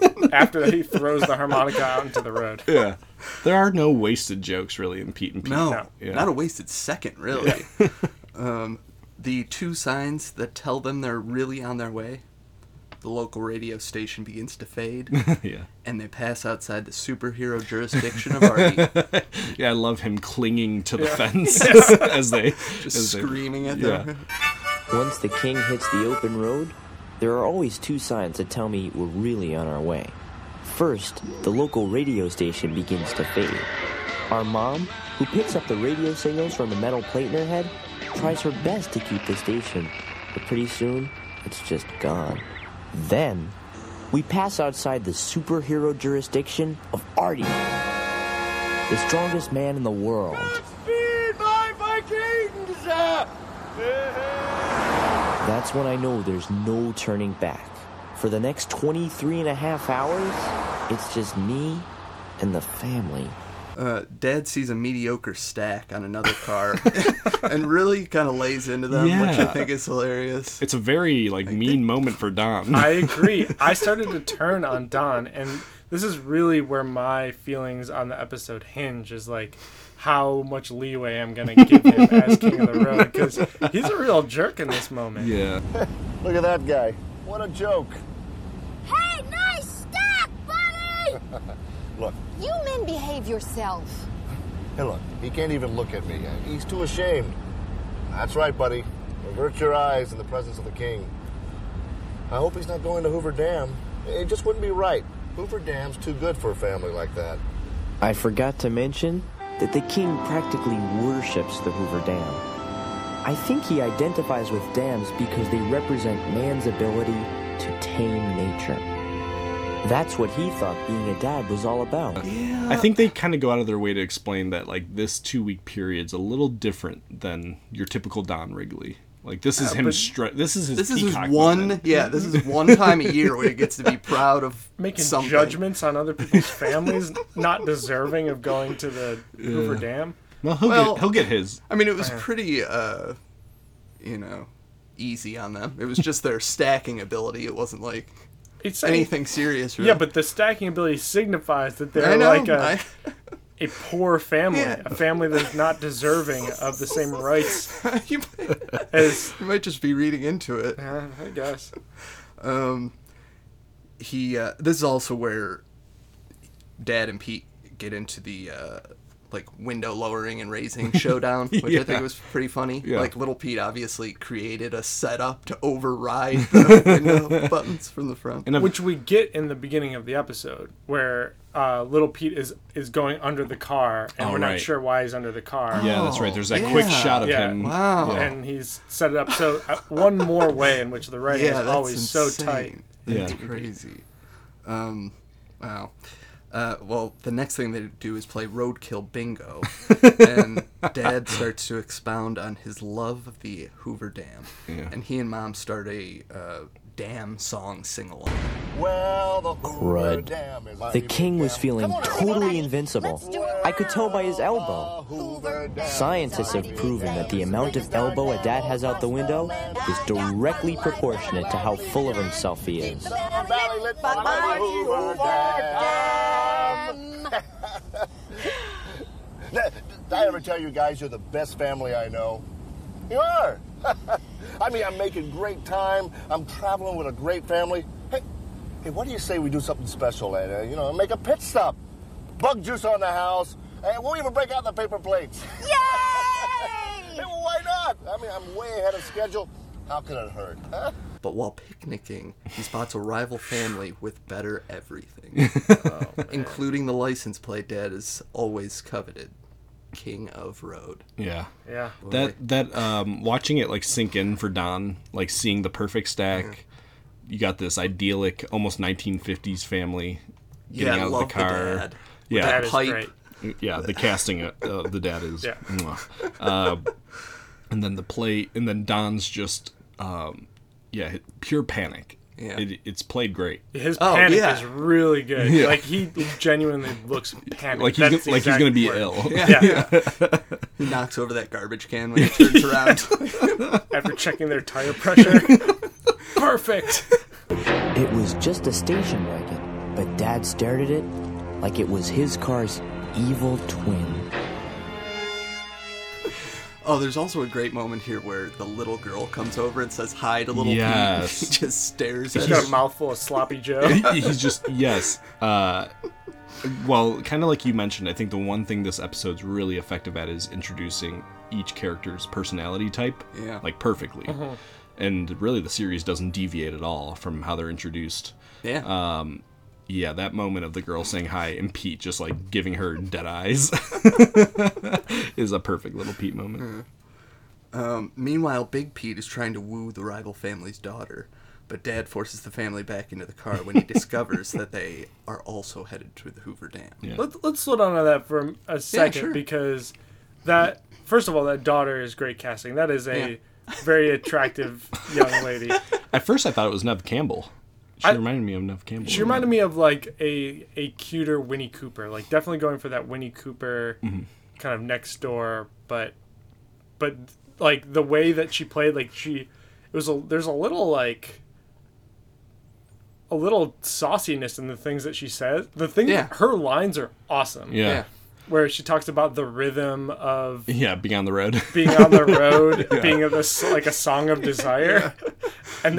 car.
<laughs>
after that, he throws the harmonica out into the road.
Yeah. There are no wasted jokes really in Pete and Pete.
No,
No.
Yeah.
not a wasted second, really. <laughs> um, the two signs that tell them they're really on their way. The local radio station begins
<laughs>
to fade,
yeah.
and they pass outside the superhero jurisdiction
<laughs>
of Artie,
Yeah, I love him clinging to the
Yeah. <laughs>
fence <laughs> as they
just
as they-
screaming at
yeah.
them.
Once the king hits the open road, there are always two signs that tell me we're really on our way. First, the local radio station begins to fade. Our mom, who picks up the radio signals from the metal plate in her head, tries her best to keep the station, but pretty soon, it's just gone. Then, we pass outside the superhero jurisdiction of Artie, the strongest man in the world. That's when I know there's no turning back. For the next 23 and a half hours, it's just me and the family.
Uh, Dad sees a mediocre stack on another car, <laughs> and really kind of lays into them, which I
Yeah.
think is hilarious.
It's a very like mean moment for Don.
I agree. I started to turn on Don, and this is really where my feelings on the episode hinge is like how much leeway I'm gonna give him as king of the road because he's a real jerk in this
<laughs>
moment.
yeah.
Look at that guy. What a joke.
Hey, nice stack, buddy!
Look,
you men behave yourself.
hey, look. He can't even look at me. He's too ashamed. That's right, buddy. Avert your eyes in the presence of the king. I hope he's not going to Hoover Dam. It just wouldn't be right. Hoover Dam's too good for a family like that.
I forgot to mention that the king practically worships the Hoover Dam. I think he identifies with dams because they represent man's ability to tame nature. That's what he thought being a dad was all about.
I think they kind of go out of their way to explain that like this two week period's a little different than your typical Don Wrigley. Like this is him. Stri- this is his.
This is his
peacock
one,
moment.
yeah. This is one time a year where he gets <laughs> to be proud of
Making
something.
judgments on other people's families, not deserving of going to the Hoover Dam.
Well, he'll
Well-
get he'll get his.
I mean, it was pretty, uh, you know, easy on them. It was just their stacking ability. It wasn't like
It's
anything serious. Really.
Yeah, but the stacking ability signifies that
I
they're
know.
like a,
I-
a poor family,
Yeah.
a family that's not deserving of the same rights
<laughs> you, might,
as.
you might just be reading into it.
Uh, I guess.
He. Uh, this is also where Dad and Pete get into the. Uh, like window lowering and raising showdown, which
<laughs>
I
Yeah.
think was pretty funny.
Yeah.
Like little Pete obviously created a setup to override the <laughs> window buttons from the front.
And I've-
which we get in the beginning of the episode where uh, little Pete is is going under the car and
Oh,
we're
right.
not sure why he's under the car.
yeah, that's right. There's that quick
yeah.
shot of
Yeah.
him.
Oh. Wow.
And he's set it up so uh, one more way in which the writing
yeah,
is
that's
always so
insane.
tight.
That's
Yeah.
crazy. Um, wow. Uh, well, the next thing they do is play Roadkill Bingo, <laughs> and Dad starts to expound on his love of the Hoover Dam,
Yeah.
and he and Mom start a uh, dam song sing-along.
Well, the Hoover
Crud.
Dam is
The king was feeling totally invincible. I could tell by his elbow.
Hoover Dam.
Scientists have proven that the amount of elbow a dad has out the window is directly proportionate to how full of himself he is.
Valley lit by the Hoover Dam. Did I ever tell you guys you're the best family I know? You are. <laughs> I mean, I'm making great time. I'm traveling with a great family. Hey, hey, what do you say we do something special and uh, you know make a pit stop? Bug juice on the house, and we'll even break out the paper plates. <laughs>
Yay!
Hey, well, why not? I mean, I'm way ahead of schedule. How could it hurt? huh?
But while picnicking, he spots a rival family with better everything, <laughs> Oh, including the license plate Dad is always coveted, King of Road.
Yeah.
Yeah.
That that um watching it like sink in for Don, like seeing the perfect stack. You got this idyllic, almost 1950s family getting
yeah,
out
love
of the car.
dad.
Yeah.
That is
Pipe.
great.
yeah, the casting of uh, the dad is.
Yeah.
Mwah. Uh, and then the plate, and then Don's just, um, yeah, pure panic.
Yeah.
It, it's played great.
His
Oh,
panic
yeah.
is really good.
Yeah.
Like he genuinely looks panicked.
Like he's gonna,
That's the
like he's
exact
gonna be
word.
ill.
Yeah.
He knocks over that garbage
<laughs>
can when he turns around. <laughs>
After checking their tire pressure. Perfect.
It was just a station wagon, but Dad stared at it like it was his car's evil twin.
Oh, there's also a great moment here where the little girl comes over and says hi to little <laughs>
Yes.
Pete. just stares at
He's
her.
got a mouthful of sloppy Joe.
<laughs> he's just yes uh well kind of like you mentioned i think the one thing this episode's really effective at is introducing each character's personality type
Yeah.
like perfectly and really the series doesn't deviate at all from how they're introduced
Yeah.
uh, yeah that moment of the girl saying hi and pete just like giving her dead eyes <laughs> is a perfect little pete moment
Meanwhile, Big Pete is trying to woo the rival family's daughter, but Dad forces the family back into the car
<laughs>
when he discovers that they are also headed to the Hoover Dam.
Yeah.
Let, let's slow down on that for a second
sure.
because that first of all that daughter is great casting that is a very attractive young lady
at first i thought it was nev campbell she
I-
reminded me of nev campbell
she reminded me of like a a cuter winnie cooper like definitely going for that winnie cooper kind of next door but but like the way that she played like she it was a there's a little like a little sauciness in the things that she says the thing
Yeah.
her lines are awesome
yeah yeah,
Yeah.
where she talks about the rhythm of
being on the
<laughs>
road <laughs>
being on the road, being of this like a song of desire, and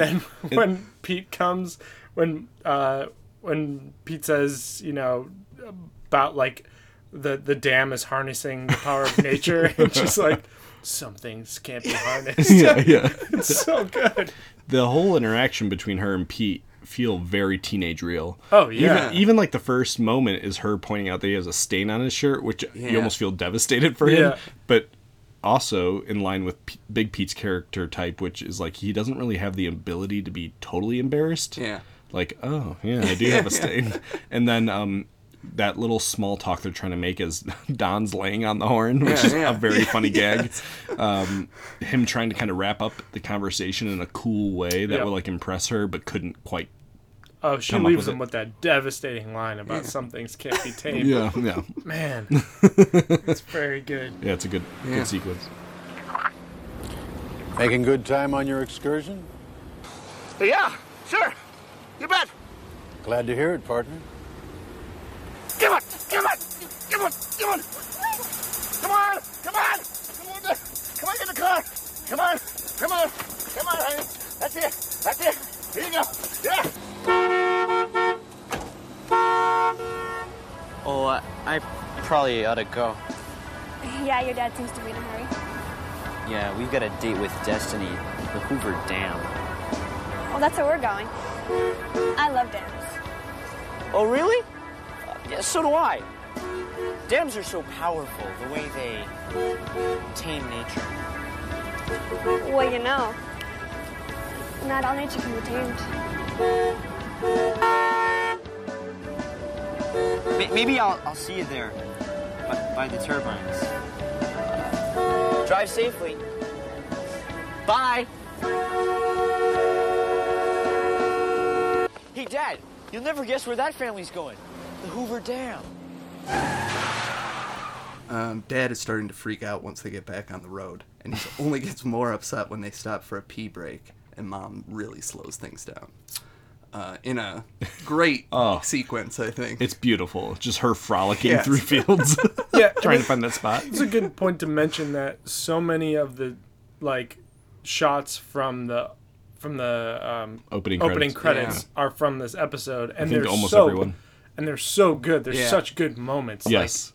<laughs>
then when Pete comes, when uh, when Pete says, you know, about like the the dam is harnessing the power of
<laughs>
nature, and she's like, some things can't be harnessed.
yeah yeah
It's so good.
the whole interaction between her and Pete feel very teenage real.
Oh yeah,
Yeah.
Even, even like the first moment is her pointing out that he has a stain on his shirt, which you
Yeah.
almost feel devastated for him.
Yeah.
But also in line with P- Big Pete's character type, which is like he doesn't really have the ability to be totally embarrassed.
Yeah.
Like, oh yeah, I do have a stain. And then um that little small talk they're trying to make is <laughs> Don's laying on the horn, which
Yeah,
is
yeah.
a very funny gag. Um, him trying to kind of wrap up the conversation in a cool way that
Yeah.
would like impress her, but couldn't quite.
oh she
Come up
leaves
with it.
him with that devastating line about some things can't be tamed.
Yeah, yeah, <laughs>
Man, it's very good.
yeah. It's a good,
Yeah.
good sequence.
Making good time on your excursion?
Yeah, sure. You bet.
Glad to hear it, partner.
Give it! Give it! Give it! Give it! Come on! Come on! Come on! Come on, get in the car! Come on! Come on! Come on, honey! That's it! That's it! Here you go! Yeah!
Oh, I, I probably ought to go.
<laughs> Yeah, your dad seems to be in a hurry.
Yeah, we've got a date with Destiny, the Hoover Dam.
Well, that's where we're going. I love dams.
Oh, really? Uh, yeah, so do I. Dams are so powerful, the way they tame nature.
Well, you know, not all nature can be tamed.
May- maybe I'll, I'll see you there by, by the turbines. drive safely. Bye. Hey, Dad, you'll never guess where that family's going the Hoover Dam.
Um, Dad is starting to freak out once they get back on the road, and he
<laughs>
only gets more upset when they stop for a pee break, and Mom really slows things down. Uh,
<laughs>
in a great
Oh.
sequence, I think.
It's beautiful. Just her frolicking
Yes.
through fields, <laughs>
Yeah,
trying to find that spot.
it's a good point to mention that so many of the like shots from the from the um,
Opening
opening
credits.
credits are from this episode, and
think
they're
almost
so
everyone.
and they're so good. They're
Yeah.
such good moments.
Yes.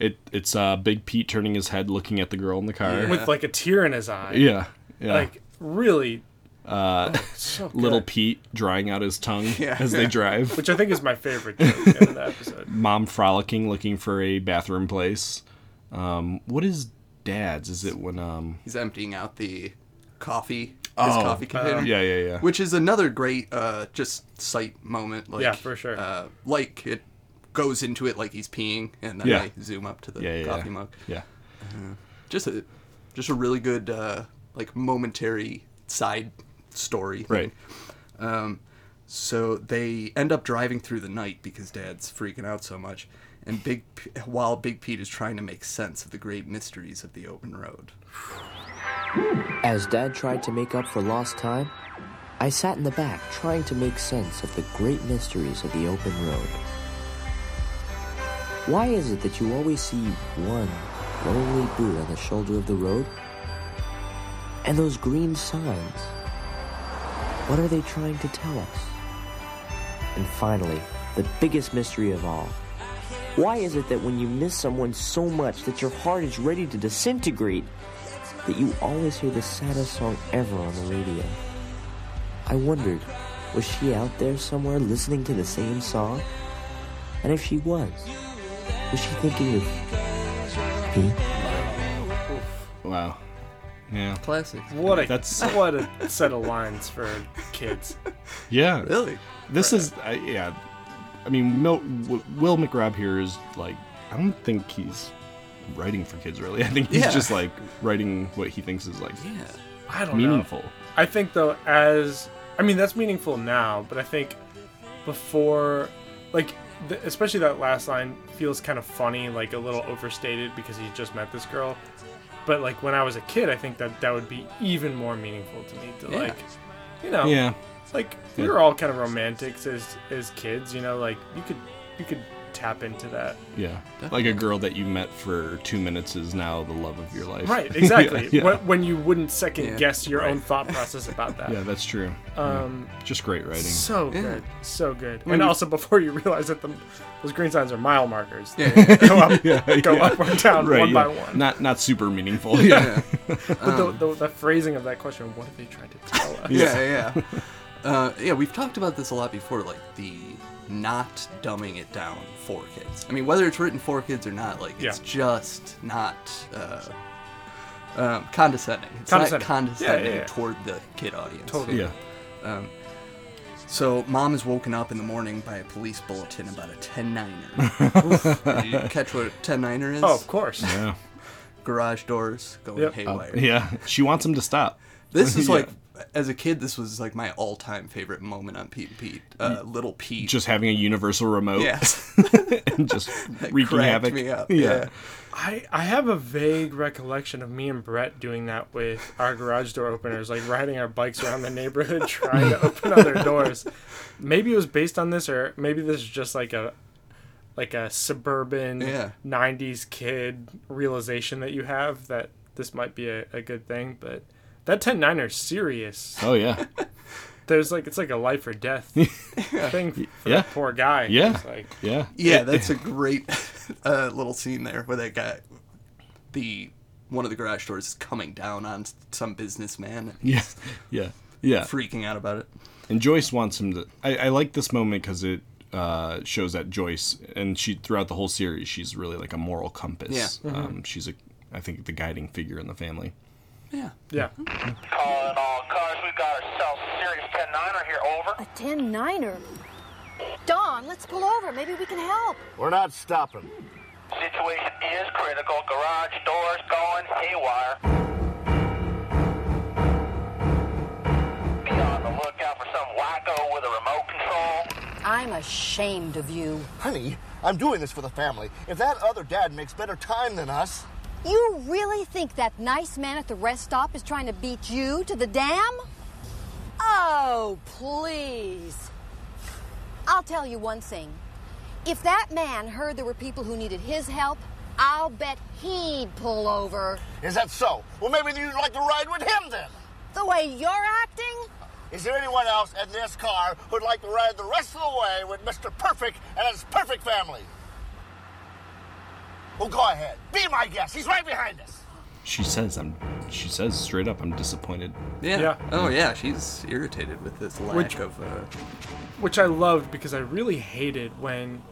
It it's uh Big Pete turning his head, looking at the girl in the car.
like, with like a tear in his eye.
Yeah. Yeah.
like really. Uh, so good.
<laughs> Little Pete drying out his tongue
<laughs> Yeah.
as they drive.
which I think is my favorite joke in the episode.
mom frolicking looking for a bathroom place. Um, what is dad's? Is it when um
He's emptying out the coffee, his
Oh,
coffee container.
yeah yeah yeah
which is another great uh just sight moment like
Yeah, for sure.
uh like it goes into it like he's peeing and then
Yeah.
i zoom up to the
yeah yeah
coffee
yeah.
mug <laughs>
yeah
just a just a really good uh like momentary side story thing.
right
so they end up driving through the night because dad's freaking out so much and big P- while big pete is trying to make sense of the great mysteries of the open road
As Dad tried to make up for lost time, I I sat in the back trying to make sense of the great mysteries of the open road. Why is it that you always see one lonely boot on the shoulder of the road? And those green signs? What are they trying to tell us? And finally, the biggest mystery of all. Why is it that when you miss someone so much that your heart is ready to disintegrate, that you always hear the saddest song ever on the radio? I wondered, was she out there somewhere listening to the same song? And if she was, was she thinking of me?
Wow. Yeah.
Classics.
What a
That's-
what a set of lines for kids.
Yeah.
Really?
This is, I yeah. I mean, Mil, w- Will McRabb here is like, I don't think he's writing for kids really. <laughs> I think he's
Yeah.
just like writing what he thinks is like
Yeah.
I don't know.
meaningful.
I think though, as I mean, that's meaningful now, but I think before, like, th- especially that last line feels kind of funny, like a little overstated because he just met this girl. But like when I was a kid, I think that that would be even more meaningful to me to
Yeah.
like, you know,
Yeah.
like we were all kind of romantics as as kids, you know, like you could you could tap into that.
Yeah. Like a girl that you met for two minutes is now the love of your life. <laughs>
Right, exactly.
yeah.
When, when you wouldn't second
Yeah.
guess your own thought process about that.
yeah, that's true. Um, Just great <laughs> writing.
So
Yeah.
good, so good. And also <laughs> before you realize that the, those green signs are mile markers.
Yeah, yeah,
go up, <laughs> go
<laughs>
up or down
Right,
one by
yeah.
one.
Not not super meaningful. Yeah.
but the, the, the phrasing of that question, what are they trying to tell
<laughs>
us?
yeah, yeah. Uh, yeah, we've talked about this a lot before, like the not dumbing it down for kids. I mean, whether it's written for kids or not, like it's
Yeah.
just not uh, um, condescending. It's condescending. not
Condescending.
condescending
yeah, yeah.
toward the kid audience.
Totally.
yeah.
So mom is woken up in the morning by a police bulletin about a 10-niner. Oof. Did you catch what a 10-niner is?
Oh, of course.
Yeah.
Garage doors going
Yep.
haywire.
Oh, Yeah. She wants him to stop.
This is
Yeah.
like, as a kid, this was like my all-time favorite moment on Pete and Pete. Uh, Little Pete. <laughs>
Just having a universal remote
Yes.
and just
<laughs>
wreaking
cracked
havoc.
me up, yeah.
I, I have a vague recollection of me and Brett doing that with our garage door openers, like riding our bikes around the neighborhood <laughs> trying to open other doors. Maybe it was based on this, or maybe this is just like a like a suburban
Yeah.
'90s kid realization that you have that this might be a, a good thing. But that 10-9er is serious.
Oh yeah.
There's like it's like a life or death thing for
Yeah.
that poor guy.
Yeah.
It's like,
Yeah.
Yeah, that's a great <laughs> uh, little scene there where that guy, the one of the garage doors is coming down on s- some businessman, and
Yeah. Yeah. Yeah.
freaking out about it.
And Joyce wants him to. I, I like this moment because it uh, shows that Joyce, and she throughout the whole series, she's really like a moral compass.
Yeah.
Um, she's a, I think, the guiding figure in the family.
Yeah,
yeah.
Calling all cars, we got ourselves a Sirius 109er here, over.
A 10 niner. Don, let's pull over. Maybe we can help.
We're not stopping.
Situation is critical. Garage doors going haywire. Be on the lookout for some wacko with a remote control.
I'm ashamed of you.
Honey, I'm doing this for the family. If that other dad makes better time than us,
You really think that nice man at the rest stop is trying to beat you to the dam? Oh, please. I'll tell you one thing. If that man heard there were people who needed his help, I'll bet he'd pull over.
is that so? Well, maybe you'd like to ride with him then.
The way you're acting?
Is there anyone else in this car who'd like to ride the rest of the way with Mr. Perfect and his perfect family? Well, go ahead. Be my guest. He's right behind us.
She says, "I'm." She says straight up, "I'm disappointed."
yeah.
Yeah.
Oh yeah, she's irritated with this lack
Which-
of. Uh,
which I loved because I really hated when.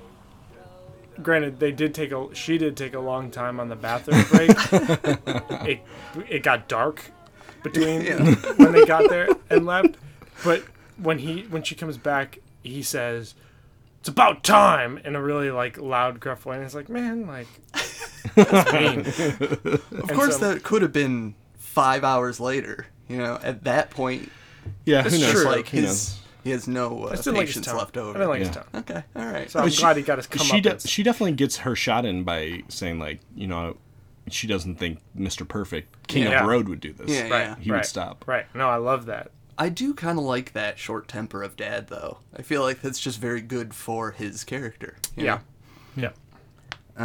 Granted, they did take a she did take a long time on
<laughs>
the bathroom break. it it got dark between when they got there and left, but when he when she comes back, he says, "It's about time" in a really like loud gruff way. And it's like, man, like that's mean.
of course,
so-
that could have been five hours later. You know, at that point,
Yeah, who
It's
knows?
true.
it's
Sure.
like
Who
his he has no
I
uh,
didn't like his
patience
tone.
left over.
I didn't like his
Yeah.
tone.
okay, all right.
So I'm glad he got his come
she
up.
de- she definitely gets her shot in by saying like you know she doesn't think Mr. Perfect King
Yeah.
of Road would do this.
Yeah, yeah.
He would stop.
Right. No, I love that.
I do kind of like that short temper of dad, though. I feel like that's just very good for his character. you
Yeah. Yeah.
know?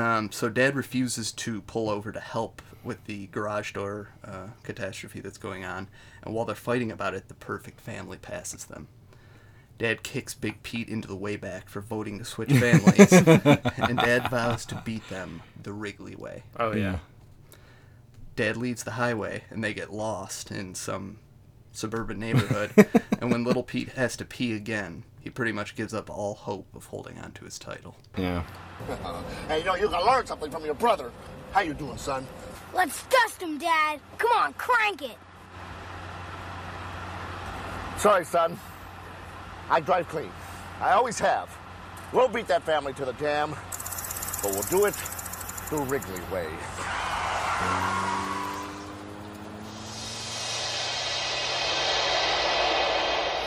Um, so dad refuses to pull over to help with the garage door uh, catastrophe that's going on, and while they're fighting about it, the perfect family passes them. Dad kicks Big Pete into the way back for voting to switch families, and Dad vows to beat them the Wrigley way.
Oh yeah.
Dad leaves the highway and they get lost in some suburban neighborhood. and when little Pete has to pee again, he pretty much gives up all hope of holding on to his title.
Yeah.
Hey, you know, you can learn something from your brother. How you doing, son?
Let's dust him, Dad. Come on, crank it.
Sorry, son. I drive clean. I always have. We'll beat that family to the jam, but we'll do it the Wrigley way.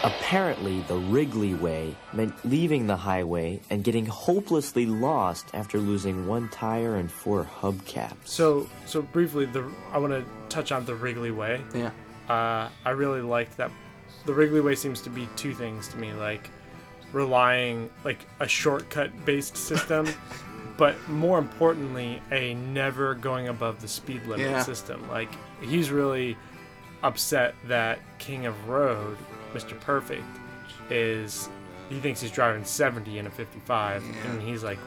Apparently, the Wrigley Way meant leaving the highway and getting hopelessly lost after losing one tire and four hubcaps.
So so briefly, the I want to touch on the Wrigley Way.
Yeah.
Uh, I really like that. The Wrigley Way seems to be two things to me, like relying like a shortcut-based
<laughs>
system, but more importantly, a never going above the speed limit
Yeah.
system. Like he's really upset that King of Road, Mr. Perfect, is he thinks he's driving 70 in a 55, and he's like,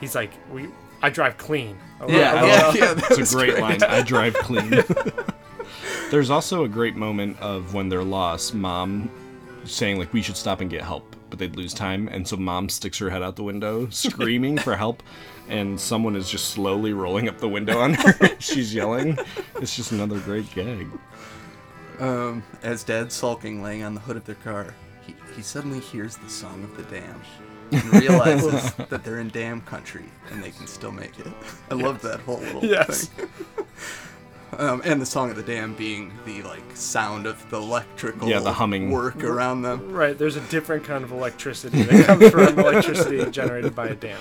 he's like, we I drive clean. I love-
<laughs>
I
yeah,
love-
yeah, that
It's
was
a great, line. I
<laughs>
drive clean. <laughs> There's also a great moment of when they're lost, mom saying like we should stop and get help, but they'd lose time, and so mom sticks her head out the
<laughs>
window screaming for help, and someone is just slowly rolling up the window on her. <laughs> She's yelling. It's just another great gag.
As Dad's sulking, laying on the hood of their car, he, he suddenly hears the song of the dam
<laughs>
and realizes that they're in dam country and they can still make it. I love that whole little
Yes.
thing. <laughs> Um, and the song of the dam being the like sound of the electrical
Yeah, the humming.
work around them.
Right, there's a different kind of electricity that
<laughs>
comes from electricity generated by a dam.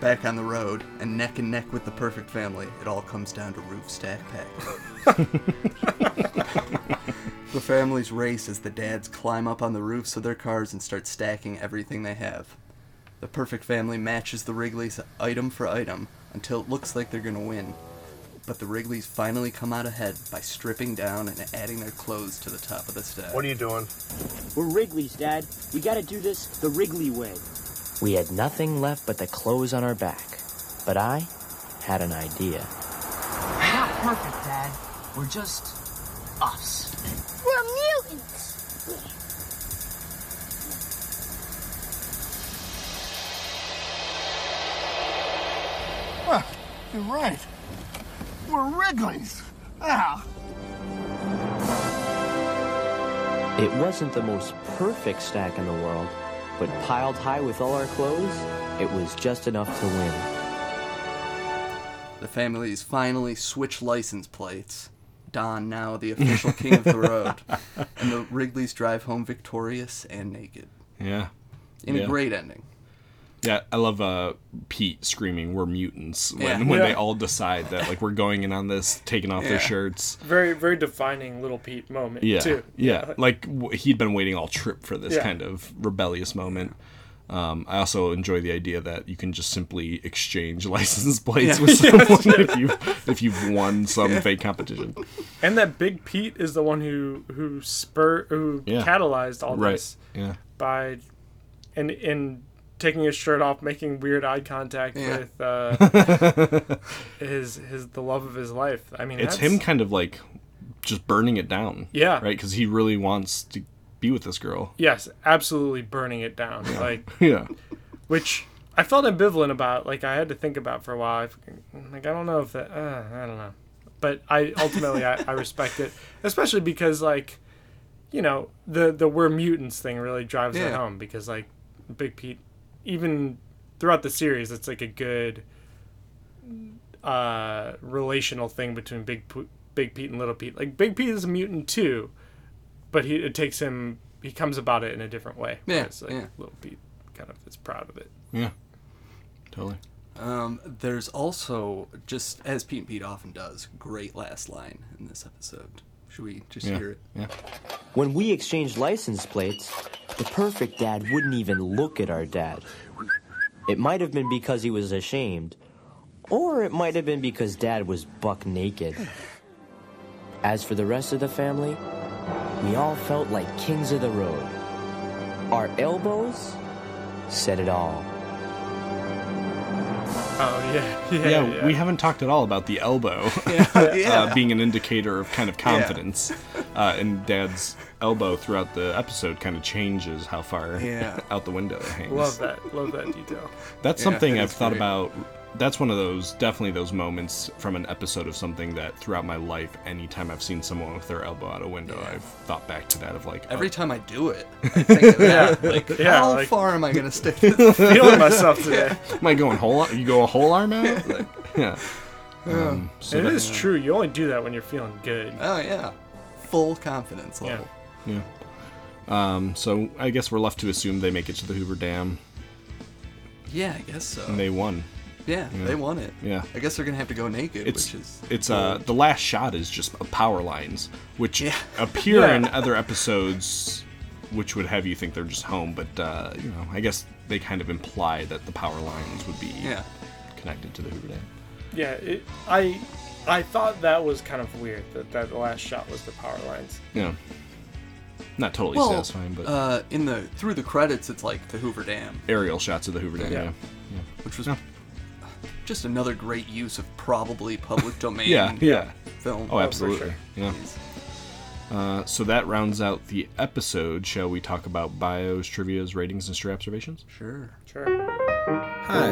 back on the road, and neck and neck with the perfect family, it all comes down to Roof Stack Pack. the families race as the dads climb up on the roofs of their cars and start stacking everything they have. The perfect family matches the Wrigley's item for item until it looks like they're going to win. But the Wrigleys finally come out ahead by stripping down and adding their clothes to the top of the stack.
are you doing?
We're Wrigley's, Dad. We gotta do this the Wrigley way.
We had nothing left but the clothes on our back. But I had an idea.
We're not perfect, Dad. We're just us.
We're mutants.
You're right. We're Wrigley's. Ah.
It wasn't the most perfect stack in the world, but piled high with all our clothes, it was just enough to win.
The families finally switch license plates. Don now the official
<laughs>
king of the road, and the Wrigleys drive home victorious and naked.
Yeah.
In
Yeah.
a great ending.
Yeah, I love uh, Pete screaming, "We're mutants!" when
Yeah.
when they
Yeah.
all decide that like we're going in on this, taking off
Yeah.
their shirts.
Very, very defining little Pete moment
Yeah,
too.
yeah. Like w- he'd been waiting all trip for this
Yeah.
kind of rebellious moment. Um, I also enjoy the idea that you can just simply exchange <laughs> license plates with
<laughs>
someone if you if you've won some fake competition.
And that big Pete is the one who who spur who
Yeah.
catalyzed all
Right.
this
Yeah.
by in in taking his shirt off, making weird eye contact
Yeah.
with uh,
<laughs>
his his the love of his life. I mean,
It's
that's-
him kind of like just burning it down.
Yeah.
Right, because he really wants to be with this girl. <laughs>
Yes, absolutely burning it down. Like
Yeah.
which I felt ambivalent about. Like I had to think about for a while. I, like I don't know if that. Uh, I don't know, but I ultimately I, I respect it, especially because like, you know, the the we're mutants thing really drives it
Yeah.
home because like, Big Pete, even throughout the series, it's like a good uh relational thing between Big P- Big Pete and Little Pete. Like Big Pete is a mutant too, but he it takes him. He comes about it in a different way.
Yeah,
whereas, like,
yeah.
Little Pete kind of is proud of it.
Yeah. Totally.
Um, there's also, just as Pete and Pete often does, great last line in this episode. Should we
<laughs>
just
Yeah.
hear it?
Yeah.
When we exchanged license plates, the perfect dad wouldn't even look at our dad. It might have been because he was ashamed, or it might have been because dad was buck naked. As for the rest of the family, we all felt like kings of the road. Our elbows said it all.
Oh yeah, <laughs>
Yeah,
yeah, yeah.
we haven't talked at all about the elbow <laughs>
<laughs> Yeah.
uh, being an indicator of kind of confidence, uh, and Dad's elbow throughout the episode kind of changes how far
Yeah.
<laughs> out the window it hangs.
Love that. Love that detail.
That's
Yeah,
something
it
I've
is
thought
great.
about. That's one of those, definitely those moments from an episode of something that throughout my life, anytime I've seen someone with their elbow out a window, I've thought back to that of like
Every
oh.
time I do it, I
<laughs>
think of that.
Yeah.
Like,
Yeah,
how
like-
far am I going
<laughs>
to stick this?
"Oh, Am I going whole? You go a whole arm
<laughs>
out? Like, yeah.
Yeah.
Um, so
and it
that-
is true. You only do that when you're feeling good.
Oh, yeah. Full confidence
Yeah.
level.
Yeah. Um, so I guess we're left to assume they make it to the Hoover Dam.
Yeah, I guess so.
And they won.
Yeah, they won it.
Yeah.
I guess they're going to have to go naked,
It's
which is.
it's uh the last shot is just a power lines, which appear
Yeah. <laughs>
in other episodes, which would have you think they're just home, but uh, you know I guess they kind of imply that the power lines would be
Yeah.
connected to the Hoover Dam.
Yeah, it, I I thought that was kind of weird that that last shot was the power lines.
Yeah. Not totally
well,
satisfying, but
uh, in the through the credits, it's like the Hoover Dam,
aerial shots of the Hoover Dam.
Yeah.
Yeah. yeah.
which was just another great use of
<laughs>
probably public domain.
yeah, yeah.
Film.
Oh, absolutely. Yeah. Uh, so that rounds out the episode. Shall we talk about bios, trivia's, ratings, and stray observations?
Sure.
Sure.
Hi,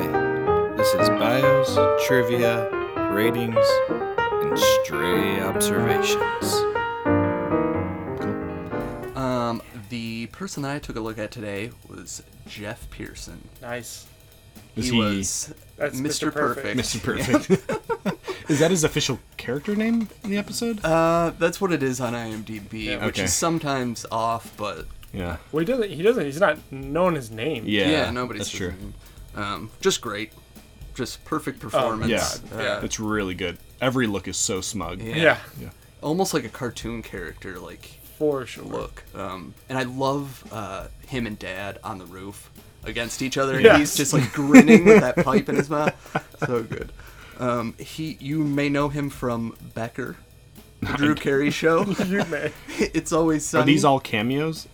this is bios, trivia, ratings, and stray observations.
Um, the person that I took a look at today was Jeff Pearson.
Nice.
Is
he,
he-
was
That's
Mr.
Mr. Perfect.
Perfect.
Mr. Perfect. <laughs> is that his official character name in the episode?
Uh, that's what it is on IMDb,
Yeah.
which
Okay.
is sometimes off, but
Yeah.
Well, he doesn't. He doesn't. He's not known his name.
yeah, nobody
that's
says
true. Oh,
his name. Um, just great, just perfect performance.
Yeah,
Uh,
it's really good. Every look is so smug.
Yeah. Almost like a cartoon character, like
for sure.
Look, um, and I love uh, him and Dad on the roof against each other, and
Yes.
he's just like grinning with that pipe in
<laughs>
his mouth. So good. Um, he, you may know him from Becker, the Drew Carey
<laughs>
show.
<laughs> you may.
It's always sunny.
Are these all cameos?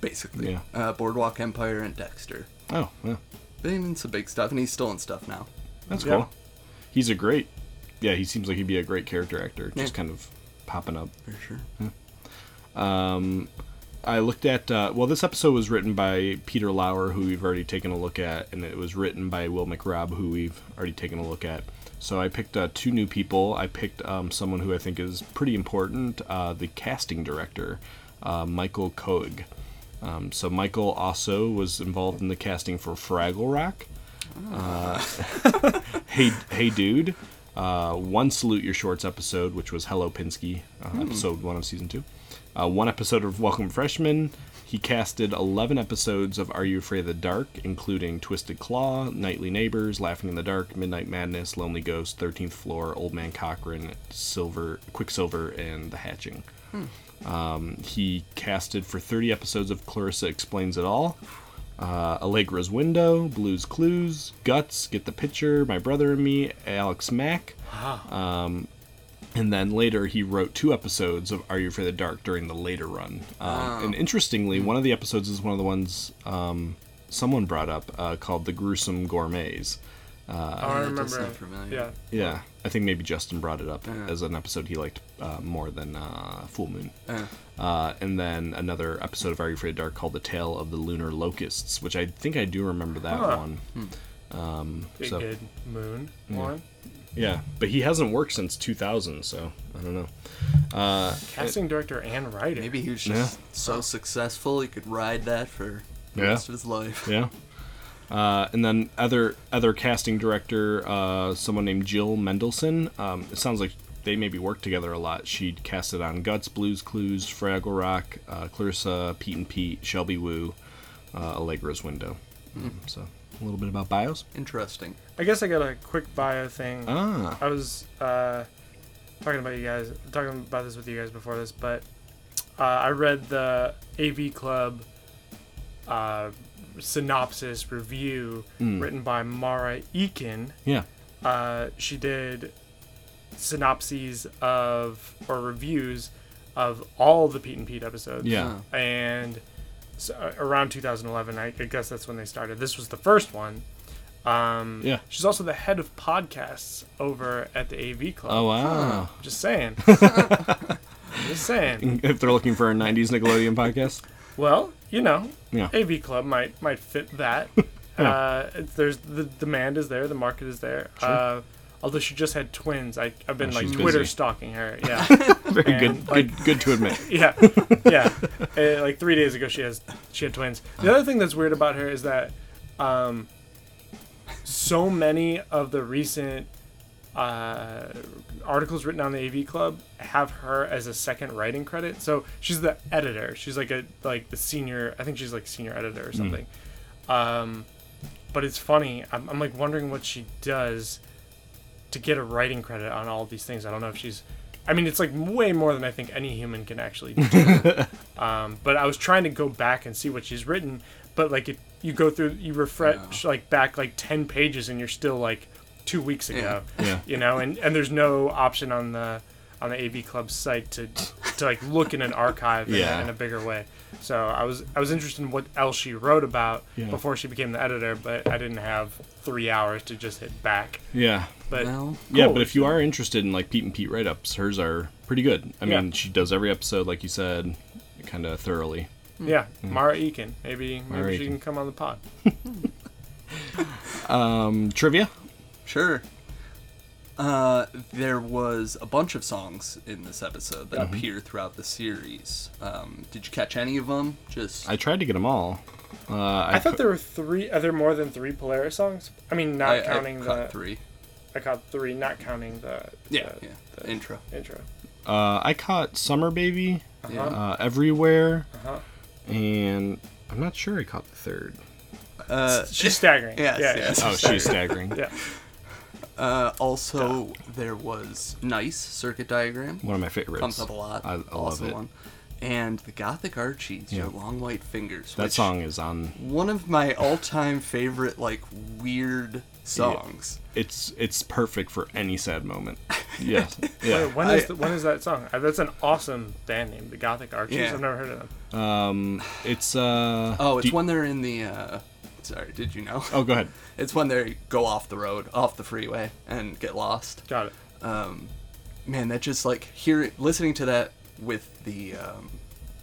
basically?
Yeah.
Uh, Boardwalk Empire and Dexter.
Oh, yeah.
Been in some big stuff, and he's still in stuff now.
That's cool. He's a great. Yeah, he seems like he'd be a great character actor. Just
Yeah.
kind of popping up.
For sure.
Hmm. Um, I looked at. Uh, well, this episode was written by Peter Lauer, who we've already taken a look at, and it was written by Will McRobb, who we've already taken a look at. So I picked uh, two new people. I picked um, someone who I think is pretty important, uh, the casting director, uh, Michael Koig. Um, so Michael also was involved in the casting for Fraggle Rock. Uh, hey, hey, dude! Uh, one salute your shorts episode, which was Hello Pinsky, uh,
Hmm.
episode one of season two. Uh, one episode of Welcome Freshman. He casted eleven episodes of Are You Afraid of the Dark, including Twisted Claw, Nightly Neighbors, Laughing in the Dark, Midnight Madness, Lonely Ghost, Thirteenth Floor, Old Man Cochran, Silver, Quicksilver, and The Hatching. Um, he casted for 30 episodes of Clarissa Explains It All, uh, Allegra's Window, Blue's Clues, Guts, Get the Picture, My Brother and Me, Alex Mack.
Wow.
Um, and then later he wrote two episodes of Are You Afraid of the Dark during the later run. Um,
Wow.
And interestingly, one of the episodes is one of the ones um, someone brought up uh, called The Gruesome Gourmets. Uh,
I remember. Yeah.
yeah, I think maybe Justin brought it up as an episode he liked uh, more than uh, Full Moon.
Yeah.
Uh, and then another episode of Are You Afraid of Dark called The Tale of the Lunar Locusts, which I think I do remember that
Huh.
one. Um,
Big
so,
Good Moon
Yeah.
one.
yeah, but he hasn't worked since 2000, so I don't know. Uh,
Casting director and writer.
Maybe he was
Yeah.
just so successful he could ride that for the
Yeah.
rest of his life. <laughs>
Yeah. Uh, and then other other casting director, uh, someone named Jill Mendelson. Um, it sounds like they maybe worked together a lot. She casted on Guts, Blues Clues, Fraggle Rock, uh, Clarissa, Pete and Pete, Shelby Woo, uh, Allegra's Window.
Mm.
So a little bit about bios.
Interesting.
I guess I got a quick bio thing.
Ah.
I was uh, talking about you guys, talking about this with you guys before this, but uh, I read the AV Club uh, synopsis review
Mm.
written by Mara Eakin.
Yeah.
Uh, she did synopses of or reviews of all the Pete and Pete episodes.
Yeah.
And so, uh, around 2011, I, I guess that's when they started. This was the first one. Um,
Yeah.
She's also the head of podcasts over at the AV Club.
Oh, wow.
Huh. Just saying. just saying.
<laughs> If they're looking for a '90s Nickelodeon <laughs> podcast,
Well, you know,
Yeah.
AV Club might might fit that.
<laughs> Yeah.
uh, it's- there's the demand is there, the market is there.
Sure.
Uh, although she just had twins, I, I've been
Oh,
like
she's
Twitter
busy.
stalking her. Yeah,
<laughs> Very good- good- good to admit.
yeah, yeah. Uh, like three days ago, she has she had twins. The other thing that's weird about her is that um, so many of the recent uh, articles written on the AV Club have her as a second writing credit. So she's the editor. She's like a like the senior. I think she's like senior editor or
Mm.
something. Um, but it's funny. I'm, I'm like wondering what she does to get a writing credit on all these things. I don't know if she's. I mean, it's like way more than I think any human can actually do. um, but I was trying to go back and see what she's written, but like it, you go through, you refresh like back like ten pages, and you're still like two weeks ago.
Yeah. Yeah.
You know, and and there's no option on the on the AV Club site to to like look in an archive in,
Yeah.
a, in a bigger way. So I was I was interested in what else she wrote about
Yeah.
before she became the editor, but I didn't have three hours to just hit back.
yeah,
But
yeah,
cool.
but if you are interested in like Pete and Pete write-ups, hers are pretty good. I mean,
Yeah.
she does every episode, like you said, kind of thoroughly.
hmm.
Yeah, Mara Hmm. Eakin. Maybe maybe
Mara
she
Eakin.
can come on the pod.
Um, trivia.
Sure. Uh, there was a bunch of songs in this episode that
Mhm.
appear throughout the series. Um, did you catch any of them? Just
I tried to get them all. Uh,
I, thought there were three. Are there more than three Polaris songs? I mean, not
I- I
counting
caught
the
three.
I caught three, not counting the
Yeah,
the,
yeah. intro.
intro.
Uh, I caught Summer Baby,
Uh-huh.
uh, Everywhere,
Uh-huh.
and I'm not sure I caught the
<laughs>
third.
Uh,
she's staggering.
Yes,
Yeah,
yes.
yeah, she's Oh, she's staggering.
<laughs>
staggering.
Uh, also, there was nice circuit diagram.
One of my favorites.
Comes up a lot.
I- I love
also
it.
One. And the Gothic Archies,
Yeah.
your long white fingers.
That
which-
song is on.
One of my all-time favorite, like weird songs.
It's it's perfect for any sad
<laughs>
moment. Yes. Yeah.
Wait, when is the, when is that song? Uh, That's an awesome band name, the Gothic Archies.
Yeah.
I've never heard of them.
Um, it's uh.
Oh, it's
do-
when they're in the. Uh, sorry, did you know? <laughs>
Oh, go ahead.
It's when they go off the road, off the freeway, and get lost.
Got it.
Um, man, that just like hear listening to that with the um,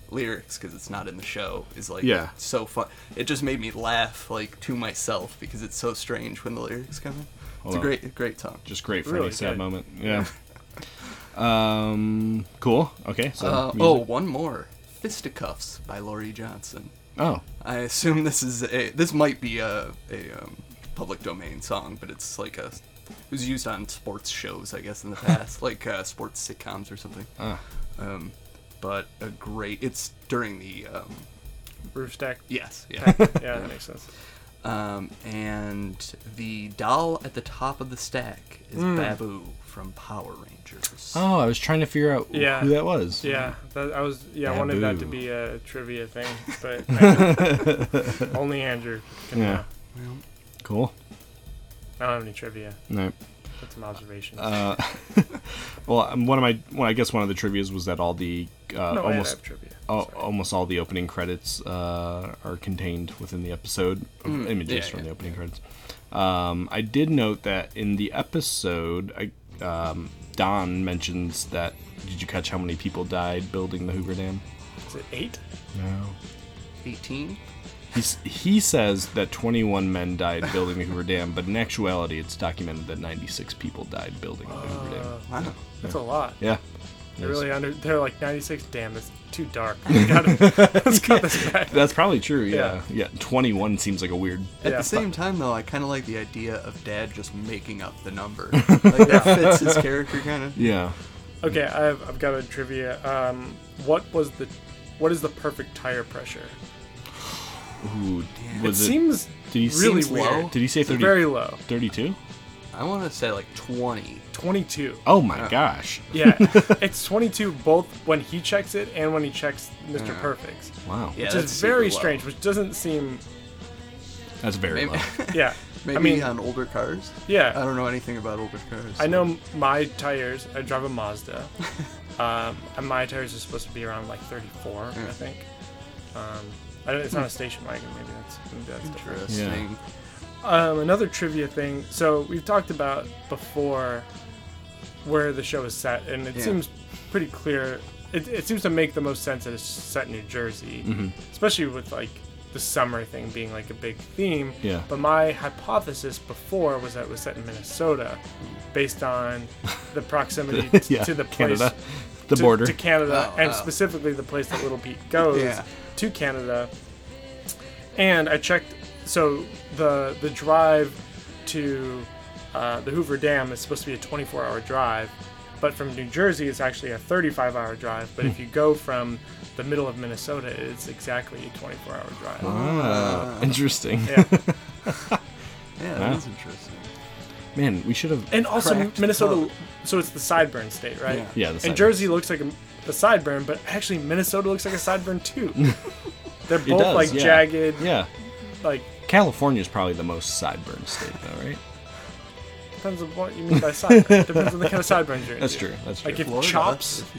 lyrics because it's not in the show is like
Yeah.
so fun. It just made me laugh like to myself because it's so strange when the lyrics come in.
Hold
it's
on.
a great, great song.
Just great for
Really
any sad
good.
moment. Yeah. <laughs> um. Cool. Okay. So.
Uh,
music.
oh, one more. Fisticuffs by Laurie Johnson.
Oh.
I assume this is a this might be a a um, public domain song, but it's like a it was used on sports shows, I guess, in
<laughs>
the past, like uh, sports sitcoms or something.
Ah.
Um, but a great. It's during the um,
Roof Stack.
Yes.
<laughs>
Yeah.
Okay, yeah, that makes sense.
Um, and the doll at the top of the stack is
Mm.
Babu from Power Rangers.
Hmm. Oh, I was trying to figure out
Yeah.
who that was.
Yeah, that, I was. Yeah, I wanted that to
Taboo.
be a trivia thing,
<laughs>
but only Andrew can
Yeah.
know.
Cool.
I don't have any trivia.
No.
That's some observations.
Uh, well, um, one of my, well, I guess one of the trivia's was that all the uh,
No, I
almost oh.
have trivia.
al- almost all the opening credits uh, are contained within the episode of
Mm,
images
yeah,
from
yeah,
the opening credits. Um, I did note that in the episode, I, um, Don mentions that. Did you catch how many people died building the Hoover Dam?
Is it eight?
No.
18?
He's, he says that 21 men died building the Hoover Dam, but in actuality, it's documented that 96 people died building the Hoover
Uh,
Dam.
Wow.
That's a lot. <laughs>
Yeah.
They
Yes.
really under. They're like 96. Damn, that's too
<laughs>
dark. We gotta- Let's cut this back.
That's probably true. Yeah. yeah. 21 seems like a weird.
At the same time, though, I kind of like the idea of Dad just making up
<laughs>
the number. like that fits his character kind of.
Yeah.
Okay, I've, I've got a trivia. Um, what was the, what is the perfect tire pressure?
Ooh,
it, seems
did he
really
seems
weird.
Did he say
It's
30?
Very low.
32?
I want to say like 20.
22.
Oh my gosh. <laughs>
Yeah, it's 22 both when he checks it and when he checks Mr.
Yeah.
Perfect's.
Wow. Yeah,
Which
that's
is very
super low.
strange, which doesn't seem.
That's very
<laughs>
<laughs>
low. <laughs>
Yeah.
Maybe
I mean,
on older cars.
Yeah.
I don't know anything about older cars.
I know my tires. I drive
<laughs>
a Mazda, um, and my tires are supposed to be around like 34, I
Yeah.
think. Um, I don't, it's not
Hmm.
a station wagon. Maybe that's maybe that's different.
Interesting.
Um, another trivia thing. So we've talked about before where the show is set, and it
Yeah.
seems pretty clear. It, it seems to make the most sense that it's set in New Jersey,
Mhm.
especially with like the summer thing being like a big theme.
Yeah.
But my hypothesis before was that it was set in Minnesota, based on the proximity
<laughs>
t-
Yeah,
to the place,
Canada. The
to-
border.
to Canada,
Oh,
and
wow.
specifically the place that Little Pete goes
Yeah.
to Canada. And I checked. So the the drive to uh, the Hoover Dam is supposed to be a 24-hour drive, but from New Jersey it's actually a 35-hour drive. But
Hmm.
if you go from the middle of Minnesota, it's exactly a 24-hour drive.
Ah, interesting.
Yeah.
Yeah, that
Wow.
is interesting.
Man, we should have.
And also
Cracked
Minnesota, so it's the sideburn state, right?
Yeah.
Yeah, the sideburn.
and Jersey looks like a, a sideburn, but actually Minnesota looks like a sideburn too. They're both
It does,
like
yeah.
jagged,
Yeah.
like
California's probably the most sideburn state, though, right?
Depends on what you mean by sideburn. Depends on the kind of sideburns you're into.
That's true, that's true.
Like if
Florida,
chops,
if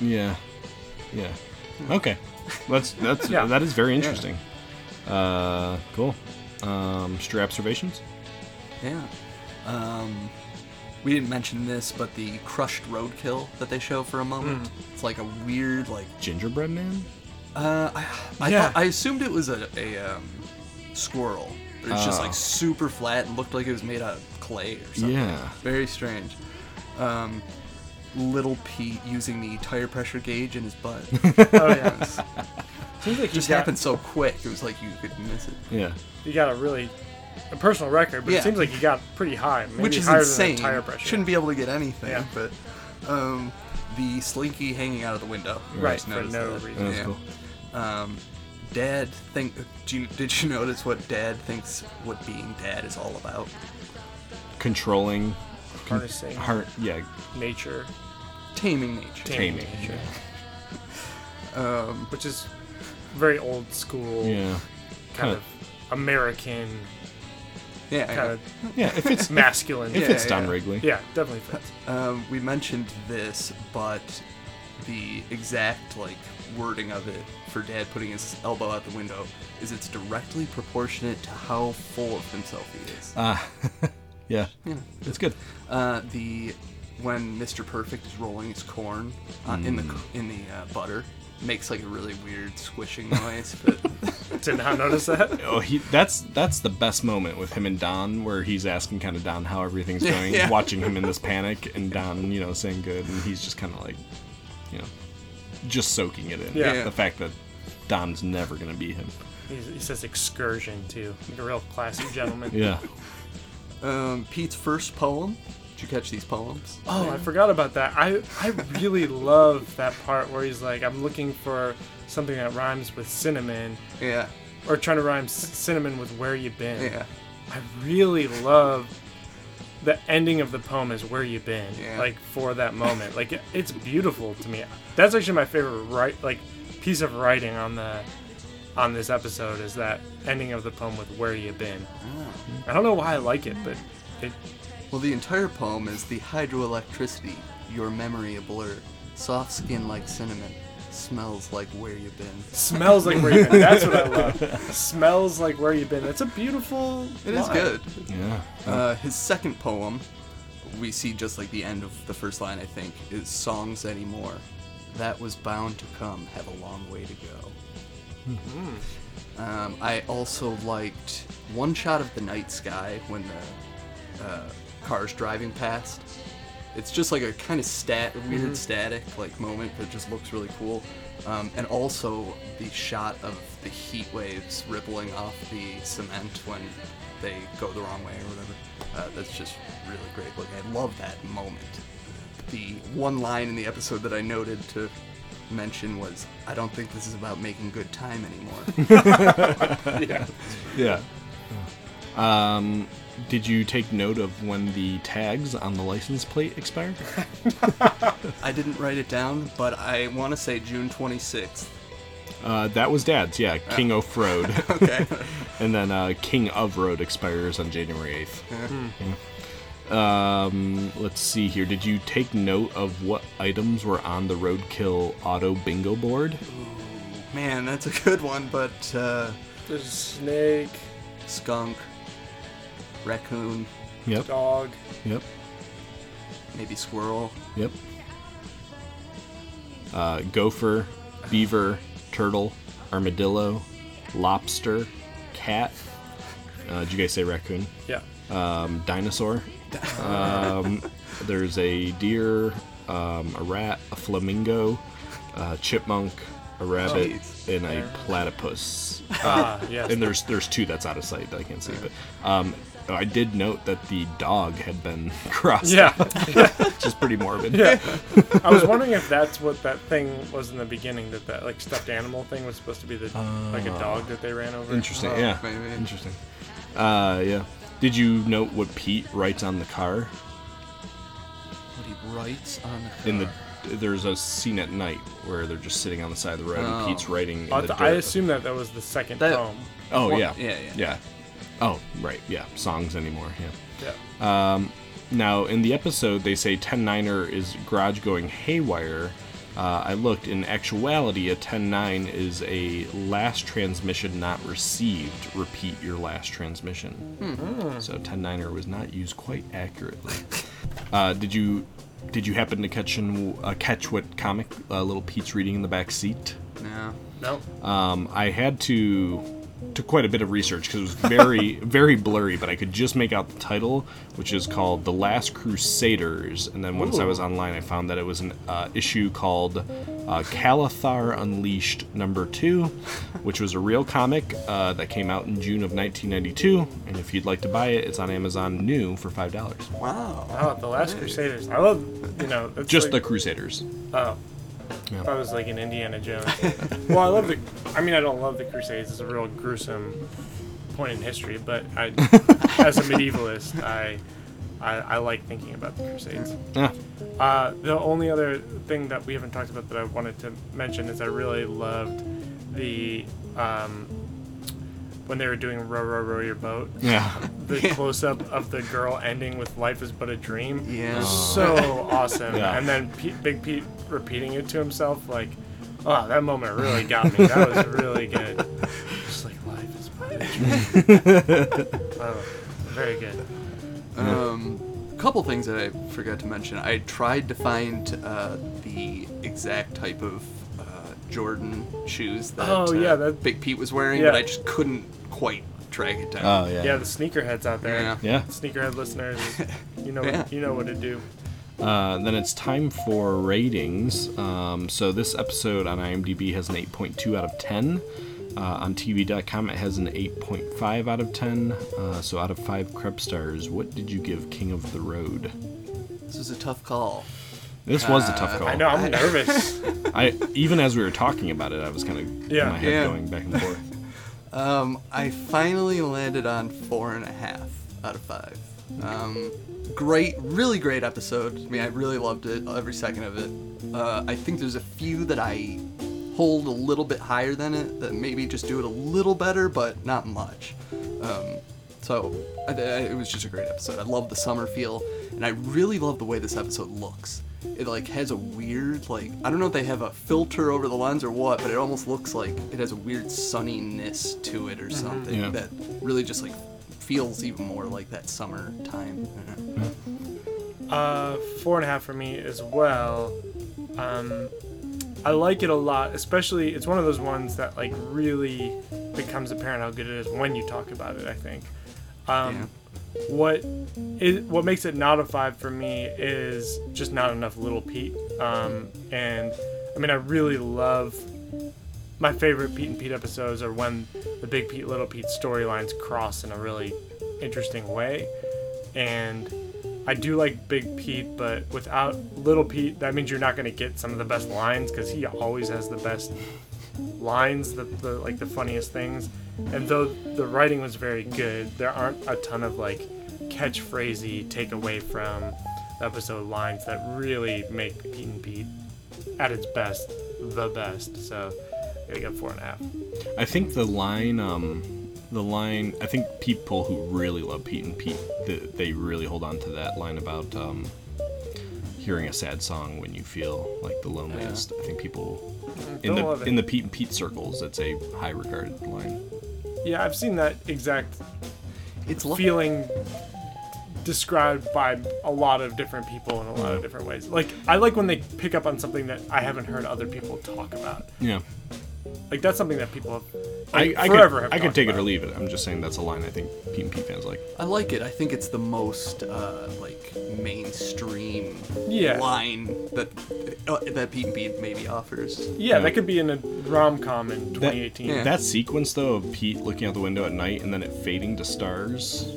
you-
Yeah. Yeah. Okay. That's that's
Yeah.
that is very interesting. Uh, cool. Um, stray observations.
Yeah. Um, we didn't mention this, but the crushed roadkill that they show for a moment.
Hmm.
It's like a weird, like.
Gingerbread man.
Uh, I, I,
Yeah.
thought, I assumed it was a, a um, squirrel. But it's just
Oh.
like super flat and looked like it was made out of clay or something.
Yeah.
Very strange. Um, little Pete using the tire pressure gauge in his
<laughs>
butt.
oh
<laughs>
yeah, seems like
It just
you got,
happened so quick. It was like you could miss it.
Yeah.
You got a really a personal record, but
Yeah.
it seems like you got pretty high, maybe
which is
higher
insane.
than the tire pressure.
Shouldn't be able to get anything,
Yeah.
but um, the slinky hanging out of the window. You
Right,
guys
for
noticed
no
that.
reason. That
was
Um, dad think. Do you, did you <laughs> notice what dad thinks? What being dad is all about?
Controlling.
Harnessing.
Heart. Yeah.
nature,
Taming nature.
taming
Taming,
nature, <laughs>
Um,
which is very old school,
Yeah.
kind
kinda-
of American,
yeah. I
kind of
<laughs> Yeah. If it's
masculine.
if
<laughs> Yeah.
it's
yeah,
Don
yeah.
Wrigley.
definitely fits.
Um, we mentioned this, but the exact like wording of it for Dad putting his elbow out the window is it's directly proportionate to how full of himself he is.
Ah. <laughs> yeah.
Yeah.
It's good.
Uh, the when Mr. Perfect is rolling his corn uh, in the c- in the uh, butter makes like a really weird squishing noise, but
Did not notice that.
Oh, he. That's that's the best moment with him and Don, where he's asking kind of Don how everything's
Yeah,
going,
yeah.
watching him in this panic, and Don, you know, saying good, and he's just kind of like, you know, just soaking it in.
Yeah.
Yeah.
The fact that Don's never gonna beat him.
He's, he says excursion too, like a real classy gentleman.
Yeah.
um, Pete's first poem. Did you catch these poems?
Oh, I forgot about that. I I really love that part where he's like, I'm looking for something that rhymes with cinnamon,
Yeah,
or trying to rhyme s- cinnamon with where you been.
yeah,
I really love the ending of the poem is where you been.
Yeah.
Like for that moment, like it, it's beautiful to me. That's actually my favorite right like piece of writing on the on this episode is that ending of the poem with where you been.
Oh.
I don't know why I like it, but it
Well, the entire poem is the hydroelectricity, your memory a blur, soft skin like cinnamon, smells like where you been.
Smells like where you've been. That's what I love. Smells like where you've been. That's a beautiful.
It is
line.
good.
Yeah.
Uh, his second poem, we see just like the end of the first line, I think, is Songs Anymore. That was bound to come, have a long way to go. Um, I also liked One Shot of the Night Sky when the uh, car's driving past. It's just like a kind of stat, weird static like moment that just looks really cool. Um, and also the shot of the heat waves rippling off the cement when they go the wrong way or whatever. Uh, that's just really great looking. I love that moment. The one line in the episode that I noted to mention was, "I don't think this is about making good <laughs> time anymore."
Yeah. Um, Did you take note of when the tags on the license plate expired?
I didn't write it down, but I want to say June 26th.
Uh, that was Dad's, yeah. King of Road.
okay.
<laughs> and then uh, King of Road expires on January 8th.
Mhm.
Yeah. Um, let's see here. Did you take note of what items were on the Roadkill Auto Bingo board?
Man, that's a good one, but uh,
there's a snake,
skunk, raccoon,
Yep.
dog.
Yep.
maybe squirrel.
Yep. Uh, gopher, beaver, turtle, armadillo, lobster, cat. Uh, did you guys say raccoon?
<laughs>
Yeah.
Um, dinosaur. um, there's a deer, um, a rat, a flamingo, a chipmunk, a rabbit, and a platypus.
Ah, yes.
And there's there's two that's out of sight that I can't see, but um, I did note that the dog had been <laughs> crossed.
Yeah. <laughs>
out, which is pretty morbid.
Yeah.
<laughs>
I was wondering if that's what that thing was in the beginning that that like stuffed animal thing was supposed to be the like a dog that they ran over.
Interesting.
Oh.
yeah. Interesting. Uh, yeah. Did you note what Pete writes on the car?
What he writes on the
In the there's a scene at night where they're just sitting on the side of the road
Oh.
and Pete's writing. In
I,
the
th- I
dirt.
assume that that was the second
That-
poem.
Oh
Well,
yeah.
yeah, yeah.
Oh right, yeah. Songs anymore, yeah. Yeah. Um, now in the episode, they say Ten Niner is garage going haywire. Uh, I looked. In actuality, a ten nine is a last transmission not received. Repeat your last transmission.
Hmm.
So ten niner was not used quite accurately. uh, did you did you happen to catch in, uh, catch what comic uh, little Pete's reading in the back seat?
No.
No.
Um, I had to took quite a bit of research because it was <laughs> very very blurry, but I could just make out the title, which is called "The Last Crusaders." And then once I was
Ooh.
online, I found that it was an uh, issue called uh, "Calathar Unleashed" number two, which was a real comic uh, that came out in June of 1992. And if you'd like to buy it, it's on Amazon new for five dollars.
Wow.
Oh, the Last Crusaders. I love you know that's
Just
like-
the Crusaders.
Oh.
Yeah.
I was like an
<laughs>
Indiana Jones. well, I love the. I mean, I don't love the Crusades. It's a real gruesome point in history, but I,
<laughs>
as a medievalist, I, I, I like thinking about the Crusades.
Yeah.
Uh, the only other thing that we haven't talked about that I wanted to mention is I really loved the um, when they were doing row row row your boat.
Yeah. <laughs>
The close up of the girl ending with "Life is but a dream."
Yeah.
So
<laughs>
awesome.
Yeah.
And then Pete, Big Pete repeating it to himself, like, "Oh, that moment really got me. That was
<laughs>
really good." Just like life is but a
<laughs>
dream. oh, very good.
Um, couple things that I forgot to mention. I tried to find uh, the exact type of uh, Jordan shoes that,
Oh,
uh,
yeah, that-
Big Pete was wearing,
Yeah.
but I just couldn't quite track it down.
Oh, yeah.
Yeah, the sneakerheads out there.
Yeah.
Yeah.
Sneakerhead listeners, you know,
<laughs> Yeah.
you know what to do.
Uh, then it's time for ratings. Um, so this episode on IMDb has an 8.2 out of 10. Uh, on TV.com, it has an 8.5 out of 10. Uh, so out of five Krebs stars, what did you give King of the Road?
This was a tough call.
This was a tough
Uh,
call.
I know,
<laughs>
I'm nervous.
I even as we were talking about it, I was kind of
Yeah.
my head
Yeah.
going back and forth.
Um, I finally landed on four and a half out of five. Um, great, really great episode. I mean, I really loved it, every second of it. Uh, I think there's a few that I hold a little bit higher than it that maybe just do it a little better, but not much. Um, so I, I, it was just a great episode. I love the summer feel, and I really love the way this episode looks. It like has a weird like I don't know if they have a filter over the lens or what, but it almost looks like it has a weird sunniness to it or something
Yeah.
that really just like feels even more like that summer time.
Uh, four and a half for me as well. Um, I like it a lot, especially it's one of those ones that like really becomes apparent how good it is when you talk about it. I think. Um, What is what makes it not a five for me is just not enough little Pete. Um, and I mean, I really love my favorite Pete and Pete episodes are when the Big Pete Little Pete storylines cross in a really interesting way, and I do like Big Pete, but without Little Pete, that means you're not going to get some of the best lines because he always has the best lines, the, the like the funniest things. And though the writing was very good, there aren't a ton of like catchphrasey take away from the episode lines that really make Pete and Pete at its best the best. So I got four and a half.
I think the line, um, the line. I think people who really love Pete and Pete, the, they really hold on to that line about um, hearing a sad song when you feel like the loneliest. I think people in
Mm, Don't
the
love it.
in the Pete and Pete circles, that's a high regarded line.
Yeah, I've seen that exact feeling described by a lot of different people in a
Mm.
lot of different ways. Like I like when they pick up on something that I haven't heard other people talk about.
Yeah.
Like that's something that people have
I,
like,
I
forever
could,
have
I could
talked
take
about.
it or leave it. I'm just saying that's a line I think Pete and Pete fans like.
I like it. I think it's the most uh, like mainstream
Yeah.
line that uh, that Pete and Pete maybe offers.
Yeah, that could be in a rom com in
That,
2018.
that sequence though of Pete looking out the window at night and then it fading to stars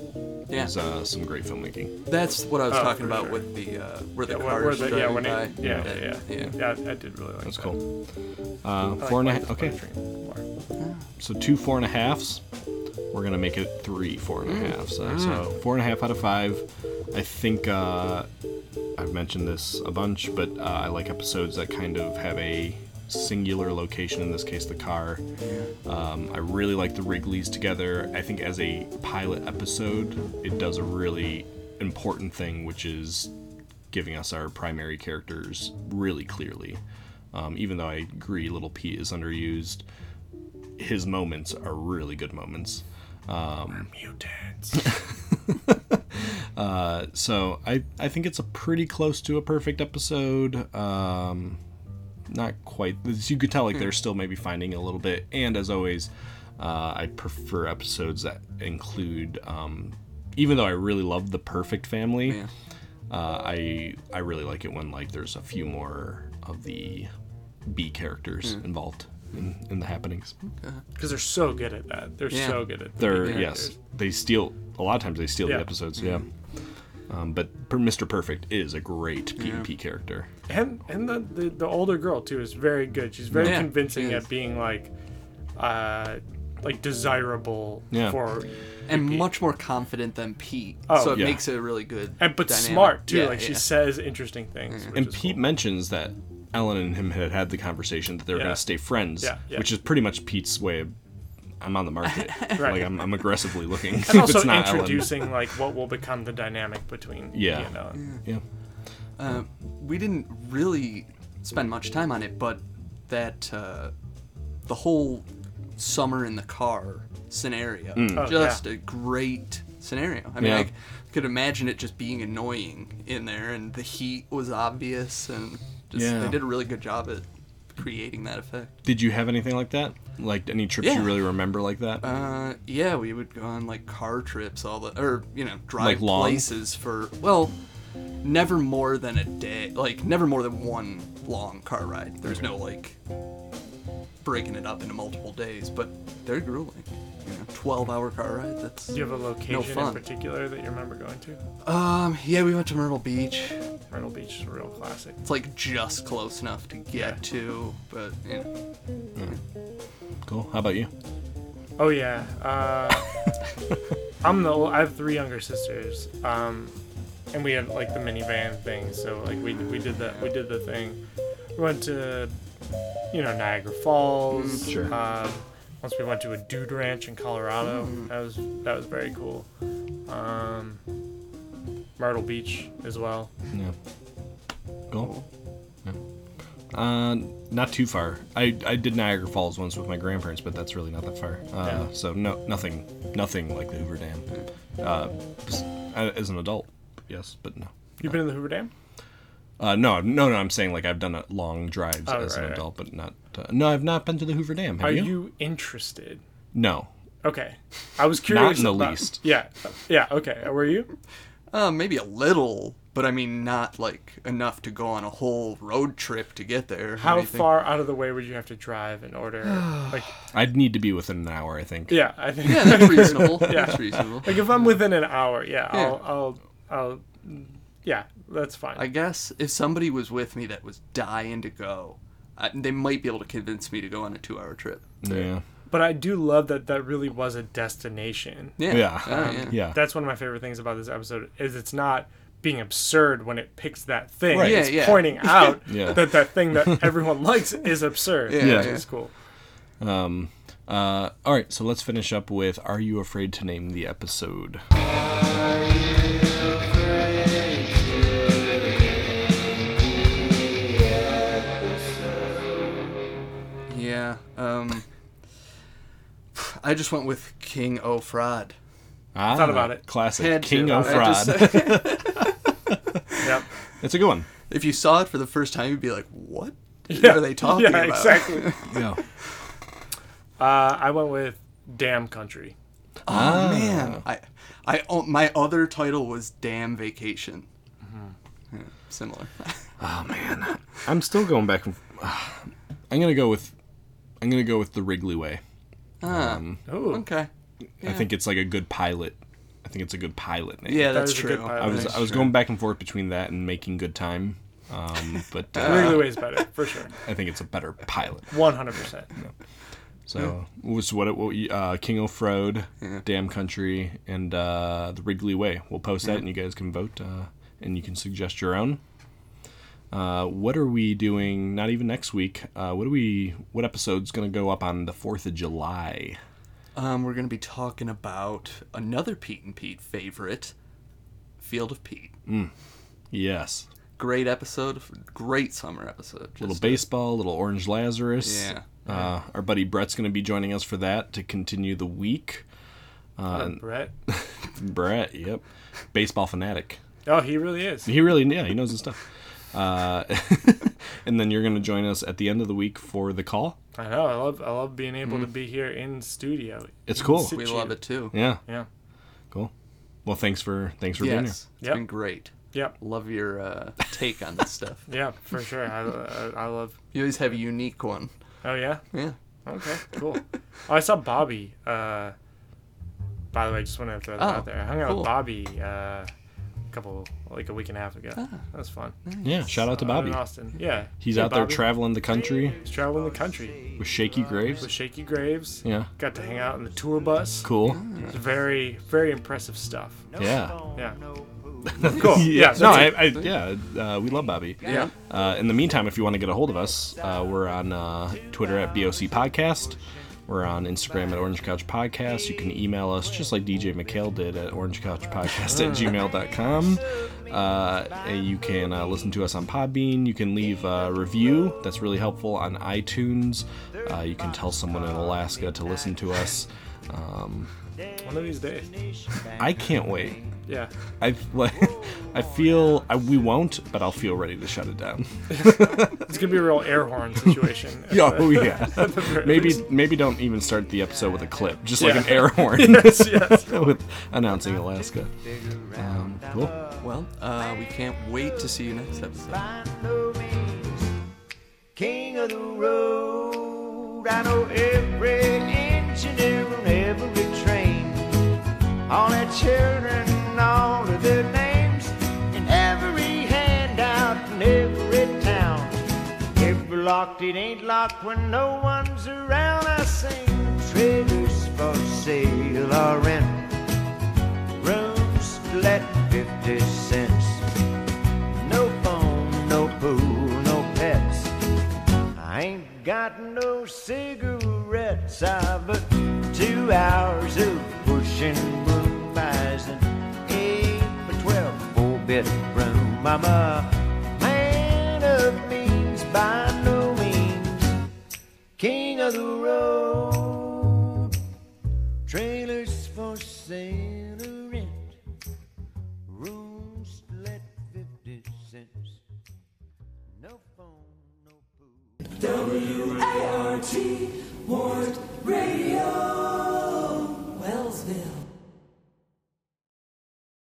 Yeah.
is uh, some great filmmaking.
That's what I was
Oh,
talking
for
about
sure.
with the uh, where the
Yeah,
cars
where the- yeah,
driving
when
by.
it- yeah, yeah,
yeah.
yeah. I did really like
That's
that.
cool.
I
Uh,
like
four and a
Marcus
half. Okay.
Butterfield.
So two four and a halves. We're gonna make it three four and a
Mm.
halves. Uh,
Mm.
So four and a half out of five. I think uh, I've mentioned this a bunch, but uh, I like episodes that kind of have a singular location. In this case, the car. Um, I really like the Wrigleys together. I think as a pilot episode, it does a really important thing, which is giving us our primary characters really clearly. Um, even though I agree, Little Pete is underused his moments are really good moments. Um,
<laughs>
mutants. uh, so I I think it's a pretty close to a perfect episode. Um, not quite. As You could tell like they're still maybe finding a little bit. And as always, uh, I prefer episodes that include. Um, even though I really love the Perfect Family, uh, I I really like it when like there's a few more of the B characters
Hmm.
involved in, in the happenings.
Because they're so good at that. They're so good at
They're
that.
yes, they steal a lot of times. They steal
Yeah.
the episodes. Yeah. Um, but per- Mr. Perfect is a great PvP character.
and and the, the the older girl too is very good. She's very
Yeah,
convincing
she
at being like, uh, like desirable
Yeah.
for.
And much more confident than Pete,
Oh,
so it
yeah.
makes it a really good.
And but
dynamic.
smart too.
Yeah,
like she
yeah. Mm-hmm.
says interesting things. which
And
is-
Pete mentions that Ellen and him had had the conversation that they were
Yeah.
going to stay friends,
Yeah, yeah.
which is pretty much Pete's way of I'm on the
<laughs>
market.
Right.
Like I'm, I'm aggressively looking. <laughs>
and also
It's not Ellen.
introducing like what will become the dynamic between
Yeah.
you and
Mm.
Ellen.
Yeah.
Uh, we didn't really spend much time on it, but that uh, the whole summer in the car scenario,
Mm. Oh,
just
yeah.
a great scenario. I mean,
Yeah.
I c- could imagine it just being annoying in there, and the heat was obvious, and just
Yeah.
they did a really good job at creating that effect.
Did you have anything like that? Like any trips
Yeah.
you really remember like that?
Uh, yeah, we would go on like car trips all the, or you know,
Like
drive
long?
places for well, never more than a day, like never more than one long car ride. There's no like breaking it up into multiple days, but they're grueling. You know, Twelve-hour car ride. That's
Do you have a
no
location in
fun.
particular that you remember going to?
Um, yeah, we went to Myrtle Beach.
Myrtle Beach is a real classic.
It's like just close enough to get to, but you know.
Cool. How about you?
Oh yeah. Uh, <laughs> I'm the. ol- I have three younger sisters. Um, and we had like the minivan thing. So like we we did the we did the thing. We went to, you know, Niagara Falls.
Mm, sure.
Um, once we went to a dude ranch in Colorado.
Mm.
That was that was very cool. Um, Myrtle Beach as well.
Yeah. Cool. Yeah. Uh, not too far. I, I did Niagara Falls once with my grandparents, but that's really not that far. Uh,
Yeah. Hmm.
So no, nothing, nothing like the Hoover Dam. Uh, s- I- as an adult, yes, but no.
You've been in the Hoover Dam?
Uh, no, I've- no, no. I'm saying like I've done uh, long drives
Oh,
as
right,
an
right.
adult, but not. Uh, no, I've not been to the Hoover Dam. Have
Are
you?
you interested?
No.
Okay. I was
<laughs> Not
curious.
in the
about-
least.
Yeah. Yeah. Okay. Were you?
Uh, maybe a little, but I mean not like enough to go on a whole road trip to get there. What
How
do you think?
far out of the way would you have to drive
<sighs>
in order? Like,
I'd need to be within an hour, I think.
yeah, I think
Yeah, <laughs> that's reasonable. That's reasonable.
<laughs> Like if I'm within an hour, yeah,
Yeah.
I'll, I'll, I'll, yeah, that's fine.
I guess if somebody was with me that was dying to go, I, they might be able to convince me to go on a two-hour trip.
Yeah.
But I do love that that really was a destination.
Yeah. Yeah.
<laughs>
Oh, yeah. Yeah.
That's one of my favorite things about this episode is it's not being absurd when it picks that thing.
Right. Yeah,
it's
<laughs> yeah.
pointing out
Yeah.
that that thing
<laughs>
that everyone likes is absurd,
Yeah,
which
yeah. <laughs>
is cool.
Um, uh, all right, so let's finish up with Are You Afraid to Name the Episode?
Yeah. Um, <sighs> I just went with King O'Fraud.
Ah,
Thought about it.
Classic.
Had to.
King
I
O'Fraud. <laughs>
just-
Yep.
It's a good one.
If you saw it for the first time, you'd be like, "What
Yeah.
are they talking
Yeah,
about?"
exactly.
<laughs>
Yeah.
Uh, I went with Damn Country.
Oh
Ah.
man, I, I, oh, my other title was "Damn Vacation."
Mm-hmm.
Yeah,
<laughs>
similar.
Oh man, I'm still going back. And, <sighs> I'm gonna go with, I'm gonna go with the Wrigley Way.
Ah,
Ooh.
okay.
I think it's like a good pilot. I think it's a good pilot name.
Yeah,
That
that's
is a good
true.
pilot.
I was
That's
I was
true.
going back and forth between that and making good time, um, but
<laughs>
uh,
Wrigley Way is better, for sure.
I think it's a better pilot.
100%.
So was what it what you- uh, King of Road, Damn Country, and uh, the Wrigley Way. We'll post that, and you guys can vote, uh, and you can suggest your own. Uh, what are we doing? Not even next week. Uh, what are we? What episode's gonna go up on the Fourth of July?
Um, we're gonna be talking about another Pete and Pete favorite, "Field of Pete."
Yes,
Great episode, great summer episode.
little
Just-
baseball, little Orange Lazarus.
Yeah.
Uh, our buddy Brett's gonna be joining us for that to continue the week. Uh, and-
Brett.
Brett, yep, baseball fanatic.
Oh, he really
<laughs>
is.
He really, yeah, he knows his stuff. Uh, <laughs> and then you're going to join us at the end of the week for the call.
I know. I love I love being able
Mm.
to be here in studio.
It's
in
cool.
we
situ.
love it too.
Oh. Yeah,
Yeah.
cool. Well, thanks for thanks for being here.
Yes, it's
Yep.
been great.
Yep.
Love your uh, take on this stuff.
Yeah, for sure. I, I, I love.
You always have a unique one.
Oh yeah.
Yeah.
Okay. Cool. Oh, I saw Bobby. Uh, by the way, just wanted to throw that
Oh,
out there. I hung out
cool.
with Bobby uh, a couple, like a week and a half ago. that was fun.
Yeah, shout out to
Out
Ah. Bobby.
in Austin. Yeah.
He's
Hey,
out there
Bobby.
traveling the country
He's traveling the country
with shaky graves.
with Shaky Graves.
Yeah.
Got to hang out in the tour bus.
Cool.
It's very, very impressive stuff.
Yeah. <laughs>
Yeah. cool. Yeah.
No, I,
that's
I yeah, uh, we love Bobby.
Yeah.
Uh, in the meantime, if you want to get a hold of us, uh, we're on uh, Twitter at BOC Podcast. We're on Instagram at Orange Couch Podcast. You can email us just like DJ McHale did at orangecouchpodcast at gmail.com. Uh, and you can uh, listen to us on Podbean. You can leave a review. That's really helpful on iTunes. Uh, you can tell someone in Alaska to listen to us. Um,
it. One of these days.
I can't wait.
Yeah.
I <laughs> like. I feel I, we won't, but I'll feel ready to shut it down.
It's gonna be a real air horn situation.
<laughs> Yeah, oh
<laughs>
yeah.
At the very
maybe
least.
maybe don't even start the episode with a clip, just like
Yeah.
an air horn
<laughs> Yes, yes.
<laughs> with announcing Alaska. Um, cool.
Well, uh, we can't wait to see you next episode.
King of the road, I know every engineer on every train. All their children, all of their names, and every handout in every town. If locked, it ain't locked when no one's around. I sing trailers for sale or rent, rooms let 50 cents. No phone, no pool, no pets. I ain't got no cigarettes. I've uh, two hours of pushing room buys and eight for twelve four bedroom. I'm a man of means by no means, king of the road. Trailers for sale or rent, rooms let fifty cents. No phone, no food.
W A R T Ward Radio.